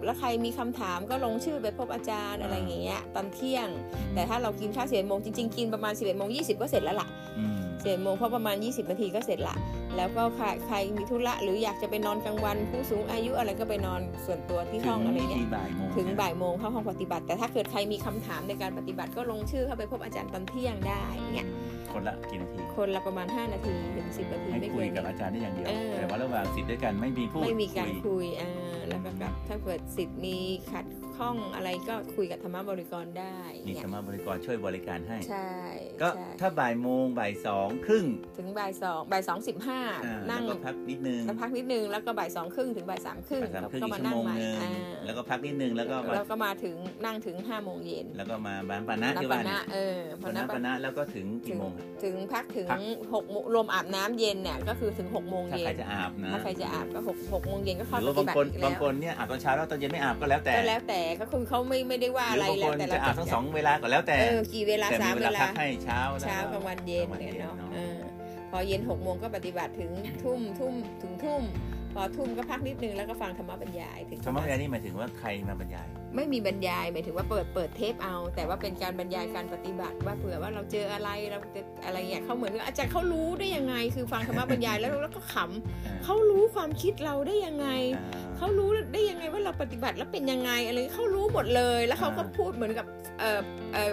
[SPEAKER 2] แล้วใครมีคำถามก็ลงชื่อไปพบอาจารย์
[SPEAKER 1] อ่า
[SPEAKER 2] อะไรอย่างเงี้ยตอนเที่ยง แต่ถ้าเรากินข้าวสิบเอ็ดโมงจริงๆ กินประมาณสิบเอ็ดโมงยี่สิบก็เสร็จแล้วล่ะ
[SPEAKER 1] อืม
[SPEAKER 2] สิบเอ็ดโมงเพราะประมาณยี่สิบนาทีก็เสร็จละแล้วก็ใครใครมีธุระหรืออยากจะไปนอนกลางวัน ผู้สูงอายุอะไรก็ไปนอนส่วนตัวที่ห้องอะไรเงี้ย
[SPEAKER 1] ถึบ่ายโมง
[SPEAKER 2] ถึงบ่ายโมงเข้าห้องปฏิบัติ แต่ถ้าเกิดใครมีคำถามในการปฏิบัติก็ลงชื่อเข้าไปพบอาจารย์ตอนเที่ยงได้เนี่ย
[SPEAKER 1] คนละกี่นาที
[SPEAKER 2] คนละประมาณ 5 นาทีถึง10นาที
[SPEAKER 1] ให้
[SPEAKER 2] ไม่
[SPEAKER 1] คุ
[SPEAKER 2] เกิ
[SPEAKER 1] ย
[SPEAKER 2] น
[SPEAKER 1] กับอาจารย์ได้อย่างเดียว
[SPEAKER 2] เออ
[SPEAKER 1] แต่ว่าระหว่างสิทธิ์ด้วยกันไม่มีพูด
[SPEAKER 2] ไม่มีการ
[SPEAKER 1] คุย
[SPEAKER 2] คุยอ่าแล้วก็แบบถ้าเกิดสิทธิ์มีขัดข้องอะไรก็คุยกับธรรมบริกรได้
[SPEAKER 1] มี
[SPEAKER 2] เนี่
[SPEAKER 1] ธ
[SPEAKER 2] ย
[SPEAKER 1] รรมบริกรช่วยบริการให้
[SPEAKER 2] ใช่
[SPEAKER 1] ก็
[SPEAKER 2] ใช่
[SPEAKER 1] ถ้าบ่ายโมงบ่ายสองครึ่ง
[SPEAKER 2] ถึงบ่ายสองบ่ายสองสิบห้า
[SPEAKER 1] อ่า
[SPEAKER 2] นั่ง
[SPEAKER 1] แล้วก็พักนิดนึง
[SPEAKER 2] สักพักนิดนึงแล้วก็บ่ายสองครึ่งถึงบ่ายสามครึ่ง
[SPEAKER 1] บ่ายสามครึ่ง
[SPEAKER 2] ก็
[SPEAKER 1] อีก
[SPEAKER 2] มา
[SPEAKER 1] ชั่ว
[SPEAKER 2] นั่ง
[SPEAKER 1] โมง
[SPEAKER 2] ใหม่
[SPEAKER 1] หนึง
[SPEAKER 2] อ่า
[SPEAKER 1] แล้วก็พักนิดนึงแล้วก็มา
[SPEAKER 2] แล้วก็มาถึงนั่งถึงห้าโมงเย็น
[SPEAKER 1] แล้วก็มาบ้านปานะที่
[SPEAKER 2] ป
[SPEAKER 1] บ้าน
[SPEAKER 2] นะเออ
[SPEAKER 1] ปานะ
[SPEAKER 2] ะ
[SPEAKER 1] ปานะแล้วก็ถึงกี่โมงอะ
[SPEAKER 2] ถึงพักถึง
[SPEAKER 1] พัก
[SPEAKER 2] หกโมงรวมอาบน้ำเย็นเนี่ยก็คือถึงหกโมง
[SPEAKER 1] ถ้า
[SPEAKER 2] เย็
[SPEAKER 1] ใคร
[SPEAKER 2] น
[SPEAKER 1] จะอาบนะ
[SPEAKER 2] ถ้าใครจะอาบก็หกหกโมงเย็นก็
[SPEAKER 1] ห
[SPEAKER 2] เข้า
[SPEAKER 1] รือ
[SPEAKER 2] ป
[SPEAKER 1] ว่า
[SPEAKER 2] ฏิ
[SPEAKER 1] บางค
[SPEAKER 2] บัติ
[SPEAKER 1] น
[SPEAKER 2] อีก
[SPEAKER 1] บาง
[SPEAKER 2] แล้ว
[SPEAKER 1] คนเนี่ยอาบตอนเช้าแล้วตอนเย็นไม่อาบก็แล้วแต่
[SPEAKER 2] ก็แล้วแต่ก็คือเขาไม่ไม่ได้ว่า
[SPEAKER 1] ห
[SPEAKER 2] อะ
[SPEAKER 1] รื
[SPEAKER 2] ไร
[SPEAKER 1] บางค
[SPEAKER 2] แล้ว
[SPEAKER 1] น
[SPEAKER 2] แต่
[SPEAKER 1] จะ
[SPEAKER 2] ละ
[SPEAKER 1] อาบทั้งสองเวลาก่อนแล้วแต่
[SPEAKER 2] เออกี่เวลา
[SPEAKER 1] แต่
[SPEAKER 2] สา
[SPEAKER 1] มี
[SPEAKER 2] ม
[SPEAKER 1] เว
[SPEAKER 2] เว
[SPEAKER 1] ลา
[SPEAKER 2] ลา
[SPEAKER 1] พักให้เช้าแล้ว
[SPEAKER 2] เช้ากลางวันเย็นเนี่ยเนาะเออพอเย็นหกโมงก็ปฏิบัติถึงทุ่มทุ่มถึงทุ่ม พอทุ่มก็พักนิดนึงแล้วก็ฟังธรรมบรรยายถึง
[SPEAKER 1] ธรรมะบรรยายนี่หมายถึงว่าใครมาบรรยาย
[SPEAKER 2] ไม่มีบรรยายหมายถึงว่าเปิดเปิดเทปเอา แต่ว่าเป็นการบรรยายการปฏิบัติว่าเผื่อว่าเราเจออะไรเราจะอะไรอย่างเงี้ยเขาเหมือนว่าอาจารย์เขารู้ได้ยังไง คือฟังธรรมบรรยายแล้วแล้วก็ขำ เขารู้ความคิดเราได้ยังไง เขารู้ได้ยังไงว่าเราปฏิบัติแล้วเป็นยังไงอะไรเขารู้หมดเลย แล้วเขาก็
[SPEAKER 1] อ่า
[SPEAKER 2] พูดเหมือนกับเออเออ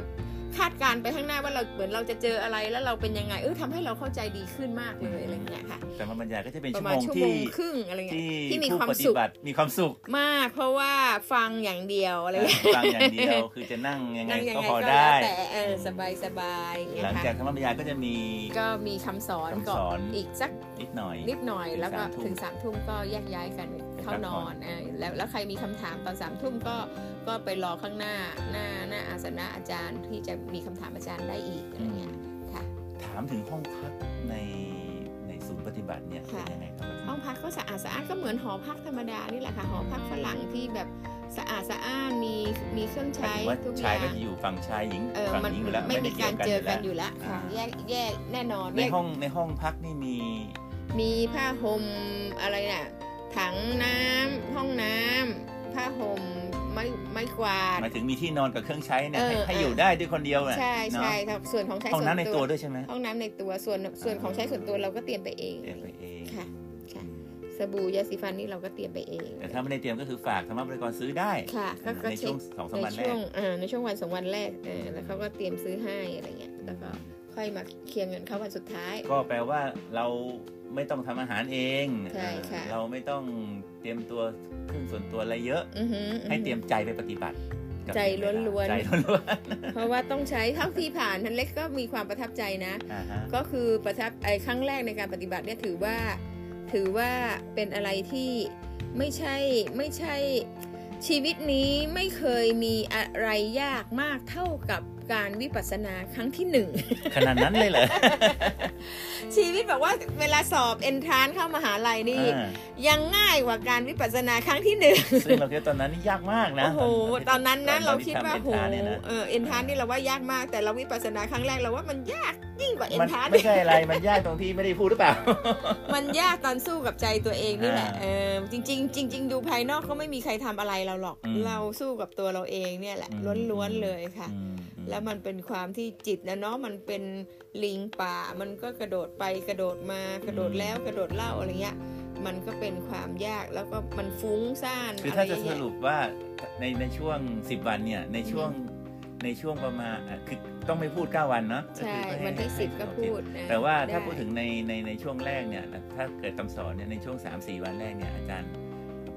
[SPEAKER 2] คาดการณ์ไปข้างหน้าว่าเราเหมือนเราจะเจออะไรแล้วเราเป็นยังไงเออทำให้เราเข้าใจดีขึ้นมากเลยอะไรเงี้ยค่ะ
[SPEAKER 1] แต่มาบรรยายก็จะเป็น
[SPEAKER 2] ป
[SPEAKER 1] ชั่
[SPEAKER 2] ระ
[SPEAKER 1] ว
[SPEAKER 2] มา
[SPEAKER 1] โมง
[SPEAKER 2] ณชั่วโม
[SPEAKER 1] ที่
[SPEAKER 2] งครึ่งอะไรเงี้ย ที่มี
[SPEAKER 1] ผู้
[SPEAKER 2] ความ
[SPEAKER 1] ปฏิ
[SPEAKER 2] สุข
[SPEAKER 1] บัติมีความสุข
[SPEAKER 2] มากเพราะว่าฟังอย่างเดียวอะไรเงี้ย
[SPEAKER 1] ฟังอย่างเดียวคือจะนั่งยังไง
[SPEAKER 2] นั่งยัง
[SPEAKER 1] ก็
[SPEAKER 2] ไง
[SPEAKER 1] พอ
[SPEAKER 2] ก็
[SPEAKER 1] ได้
[SPEAKER 2] แล้วแต่เออสบายสบายอย่างเงี้ย
[SPEAKER 1] หลัง
[SPEAKER 2] ค่ะ
[SPEAKER 1] จากธรรมะบรรยายก็จะมี
[SPEAKER 2] ก็มีคำสอน
[SPEAKER 1] คำส
[SPEAKER 2] ก่อ
[SPEAKER 1] อน
[SPEAKER 2] นอีกสัก
[SPEAKER 1] นิดหน่อย
[SPEAKER 2] นิดหน่อย
[SPEAKER 1] ถึง
[SPEAKER 2] แล้วก็
[SPEAKER 1] สามทุ่ม
[SPEAKER 2] ถึงสามทุ่มก็แยกย้ายกันเข้านอนอ่าแล้วแล้วใครมีคำถามตอนสามทุ่มก็ก็ไปรอข้างหน้าหน้าหน้าอาสนะอาจารย์ที่จะมีคำถามอาจารย์ได้อีกอะไรเงี้ย
[SPEAKER 1] อื
[SPEAKER 2] ค่ะ
[SPEAKER 1] ถามถึงห้องพักในในศูนย์ปฏิบัติเนี่ยเป็น
[SPEAKER 2] ค่ะ
[SPEAKER 1] ยังไงครับ
[SPEAKER 2] ห้องพักก็สะอาดสะอาดก็เหมือนหอพักธรรมดานี่แหละค่ะหอพักฝรั่งที่แบบสะอาดสะอ้านมีมีเครื่อง
[SPEAKER 1] หมาย
[SPEAKER 2] ใช้
[SPEAKER 1] ถึงว่า
[SPEAKER 2] ทุกอ
[SPEAKER 1] ชาย
[SPEAKER 2] ย่าง
[SPEAKER 1] ก็จะอยู่ฝั่งชายหญิง
[SPEAKER 2] เออ
[SPEAKER 1] ฝั่ง
[SPEAKER 2] มัน
[SPEAKER 1] หญิงอยู่แล้ว
[SPEAKER 2] ไม่มี
[SPEAKER 1] ด้
[SPEAKER 2] การเจอกันอ
[SPEAKER 1] ยว
[SPEAKER 2] ยู่แล้วค่ะ
[SPEAKER 1] อ่า
[SPEAKER 2] แยกแยกแน่นอน
[SPEAKER 1] ใน
[SPEAKER 2] แยก
[SPEAKER 1] ห้องในห้องพักนี่มี
[SPEAKER 2] มีผ้าห่มอะไรน่ะถังน้ำห้องน้ำผ้าห่มไม้ไม้กวาด
[SPEAKER 1] หมายถึงมีที่นอนกับเครื่องใช้เนี่ย
[SPEAKER 2] เออ
[SPEAKER 1] ให้ให้
[SPEAKER 2] เอ
[SPEAKER 1] อ
[SPEAKER 2] ออ
[SPEAKER 1] ยู่ได้ด้วยคนเดียวน่ะ
[SPEAKER 2] ใช่
[SPEAKER 1] เนาะ
[SPEAKER 2] ใช่ครับส่วนของใช้
[SPEAKER 1] ห้อง
[SPEAKER 2] ส่วน
[SPEAKER 1] น้ำในตัวด้วยใช่ไหม
[SPEAKER 2] ห้องน้ำในตัวส่วนส่วนของใช้ส่วนตัวเราก็เตรียมไปเอง
[SPEAKER 1] เตรียมไปเอง
[SPEAKER 2] ค่ะค่ะ
[SPEAKER 1] อืม
[SPEAKER 2] สบู่ยาสีฟันนี่เราก็เตรียมไปเอง
[SPEAKER 1] แต่ถ้าไม่ได้เตรียมก็คือฝากธรรมะบริกรซื้อได้
[SPEAKER 2] ค่ะก็ก็
[SPEAKER 1] ใน
[SPEAKER 2] เช็
[SPEAKER 1] ช่ว
[SPEAKER 2] ค
[SPEAKER 1] งสองสาม
[SPEAKER 2] ใน
[SPEAKER 1] วันแร
[SPEAKER 2] ช่
[SPEAKER 1] ก
[SPEAKER 2] วงเอ่อในช่วงวันสองวันแรกเออแล้วเขาก็เตรียมซื้อให้อะไรเงี้ยแล้วก็ค่อยมาเคลียร์เงินเขาวันสุดท้าย
[SPEAKER 1] ก็แปลว่าเราไม่ต้องทำอาหารเอง
[SPEAKER 2] ใช่ค่ะ
[SPEAKER 1] เออเราไม่ต้องเตรียมตัวเครื่องส่วนตัวอะไรเยอะ
[SPEAKER 2] อือหืออืออ
[SPEAKER 1] ให้เตรียมใจไปปฏิบัติกับ
[SPEAKER 2] ใจล้วนๆ
[SPEAKER 1] ใจล้วน
[SPEAKER 2] เพราะว่าต้องใช้เท่าที่ผ่านทันเล็กก็มีความประทับใจนะ
[SPEAKER 1] ๆอ่าฮะ
[SPEAKER 2] ก็คือประทับไอ้ครั้งแรกในการปฏิบัติเนี่ยถือว่าถือว่าเป็นอะไรที่ไม่ใช่ไม่ใช่ชีวิตนี้ไม่เคยมีอะไรยากมากเท่ากับการวิปัสสนาครั้งที่หนึ่ง
[SPEAKER 1] ขนาดนั้นเลยเหรอ
[SPEAKER 2] ชีวิตแบบว่าเวลาสอบเอนทรานเข้ามหาลัยนี่
[SPEAKER 1] อ่า
[SPEAKER 2] ยังง่ายกว่าการวิปัสสนาครั้งที่หนึ่ง
[SPEAKER 1] ซึ่งเราคิดว่าตอนนั้นนี่ยากมากนะ
[SPEAKER 2] โอ้โหตอนนั้นนะเราคิดว่าโห
[SPEAKER 1] ตอนที่ทำ Entra เนี่ยนะ
[SPEAKER 2] เออเอนทรานนี่เราว่ายากมาก แต่เราวิปัสสนาครั้งแรกเราว่ามันยากยิ่งกว่าเอน
[SPEAKER 1] มัน
[SPEAKER 2] ทราน
[SPEAKER 1] ไม่ใช่อะไรมันยากตรงที่ไม่ได้พูดหรือเปล่า
[SPEAKER 2] มันยากตอนสู้กับใจตัวเองนี่แหละ
[SPEAKER 1] อ่า
[SPEAKER 2] เออจริง ๆ จริง ๆ ดูภายนอกก็ไม่มีใครทำอะไรเราหรอก
[SPEAKER 1] อืม
[SPEAKER 2] เราสู้กับตัวเราเองเนี่ยแหละ
[SPEAKER 1] อืม
[SPEAKER 2] ล้วนๆเลยค่ะ
[SPEAKER 1] อืมอืม
[SPEAKER 2] แล้วมันเป็นความที่จิตนะเนาะมันเป็นลิงป่า มันก็กระโดดไปกระโดดมากระโดดแล้วกระโดดเล่าอะไรเงี้ย มันก็เป็นความยากแล้วก็มันฟุ้งซ่าน
[SPEAKER 1] คือ
[SPEAKER 2] อะไร
[SPEAKER 1] ถ้าจะ
[SPEAKER 2] เย
[SPEAKER 1] ส
[SPEAKER 2] อะ
[SPEAKER 1] รุปว่าในในช่วง 10 วันเนี่ยในช่วง ในช่วงประมาณอ่ะคือต้องไม่พูด 9 วันเนาะก็
[SPEAKER 2] ใช่
[SPEAKER 1] คือให้
[SPEAKER 2] วันที่
[SPEAKER 1] ให้
[SPEAKER 2] สิบ
[SPEAKER 1] ให้
[SPEAKER 2] ก็
[SPEAKER 1] คร
[SPEAKER 2] พูด
[SPEAKER 1] สิบ
[SPEAKER 2] นะ
[SPEAKER 1] แต่ว่าถ้า
[SPEAKER 2] ไ
[SPEAKER 1] พูดถึงในในในช่วงแรกเนี่ยนะถ้าเกิดคำสอนเนี่ยในช่วง 3-4 วันแรกเนี่ยอาจารย์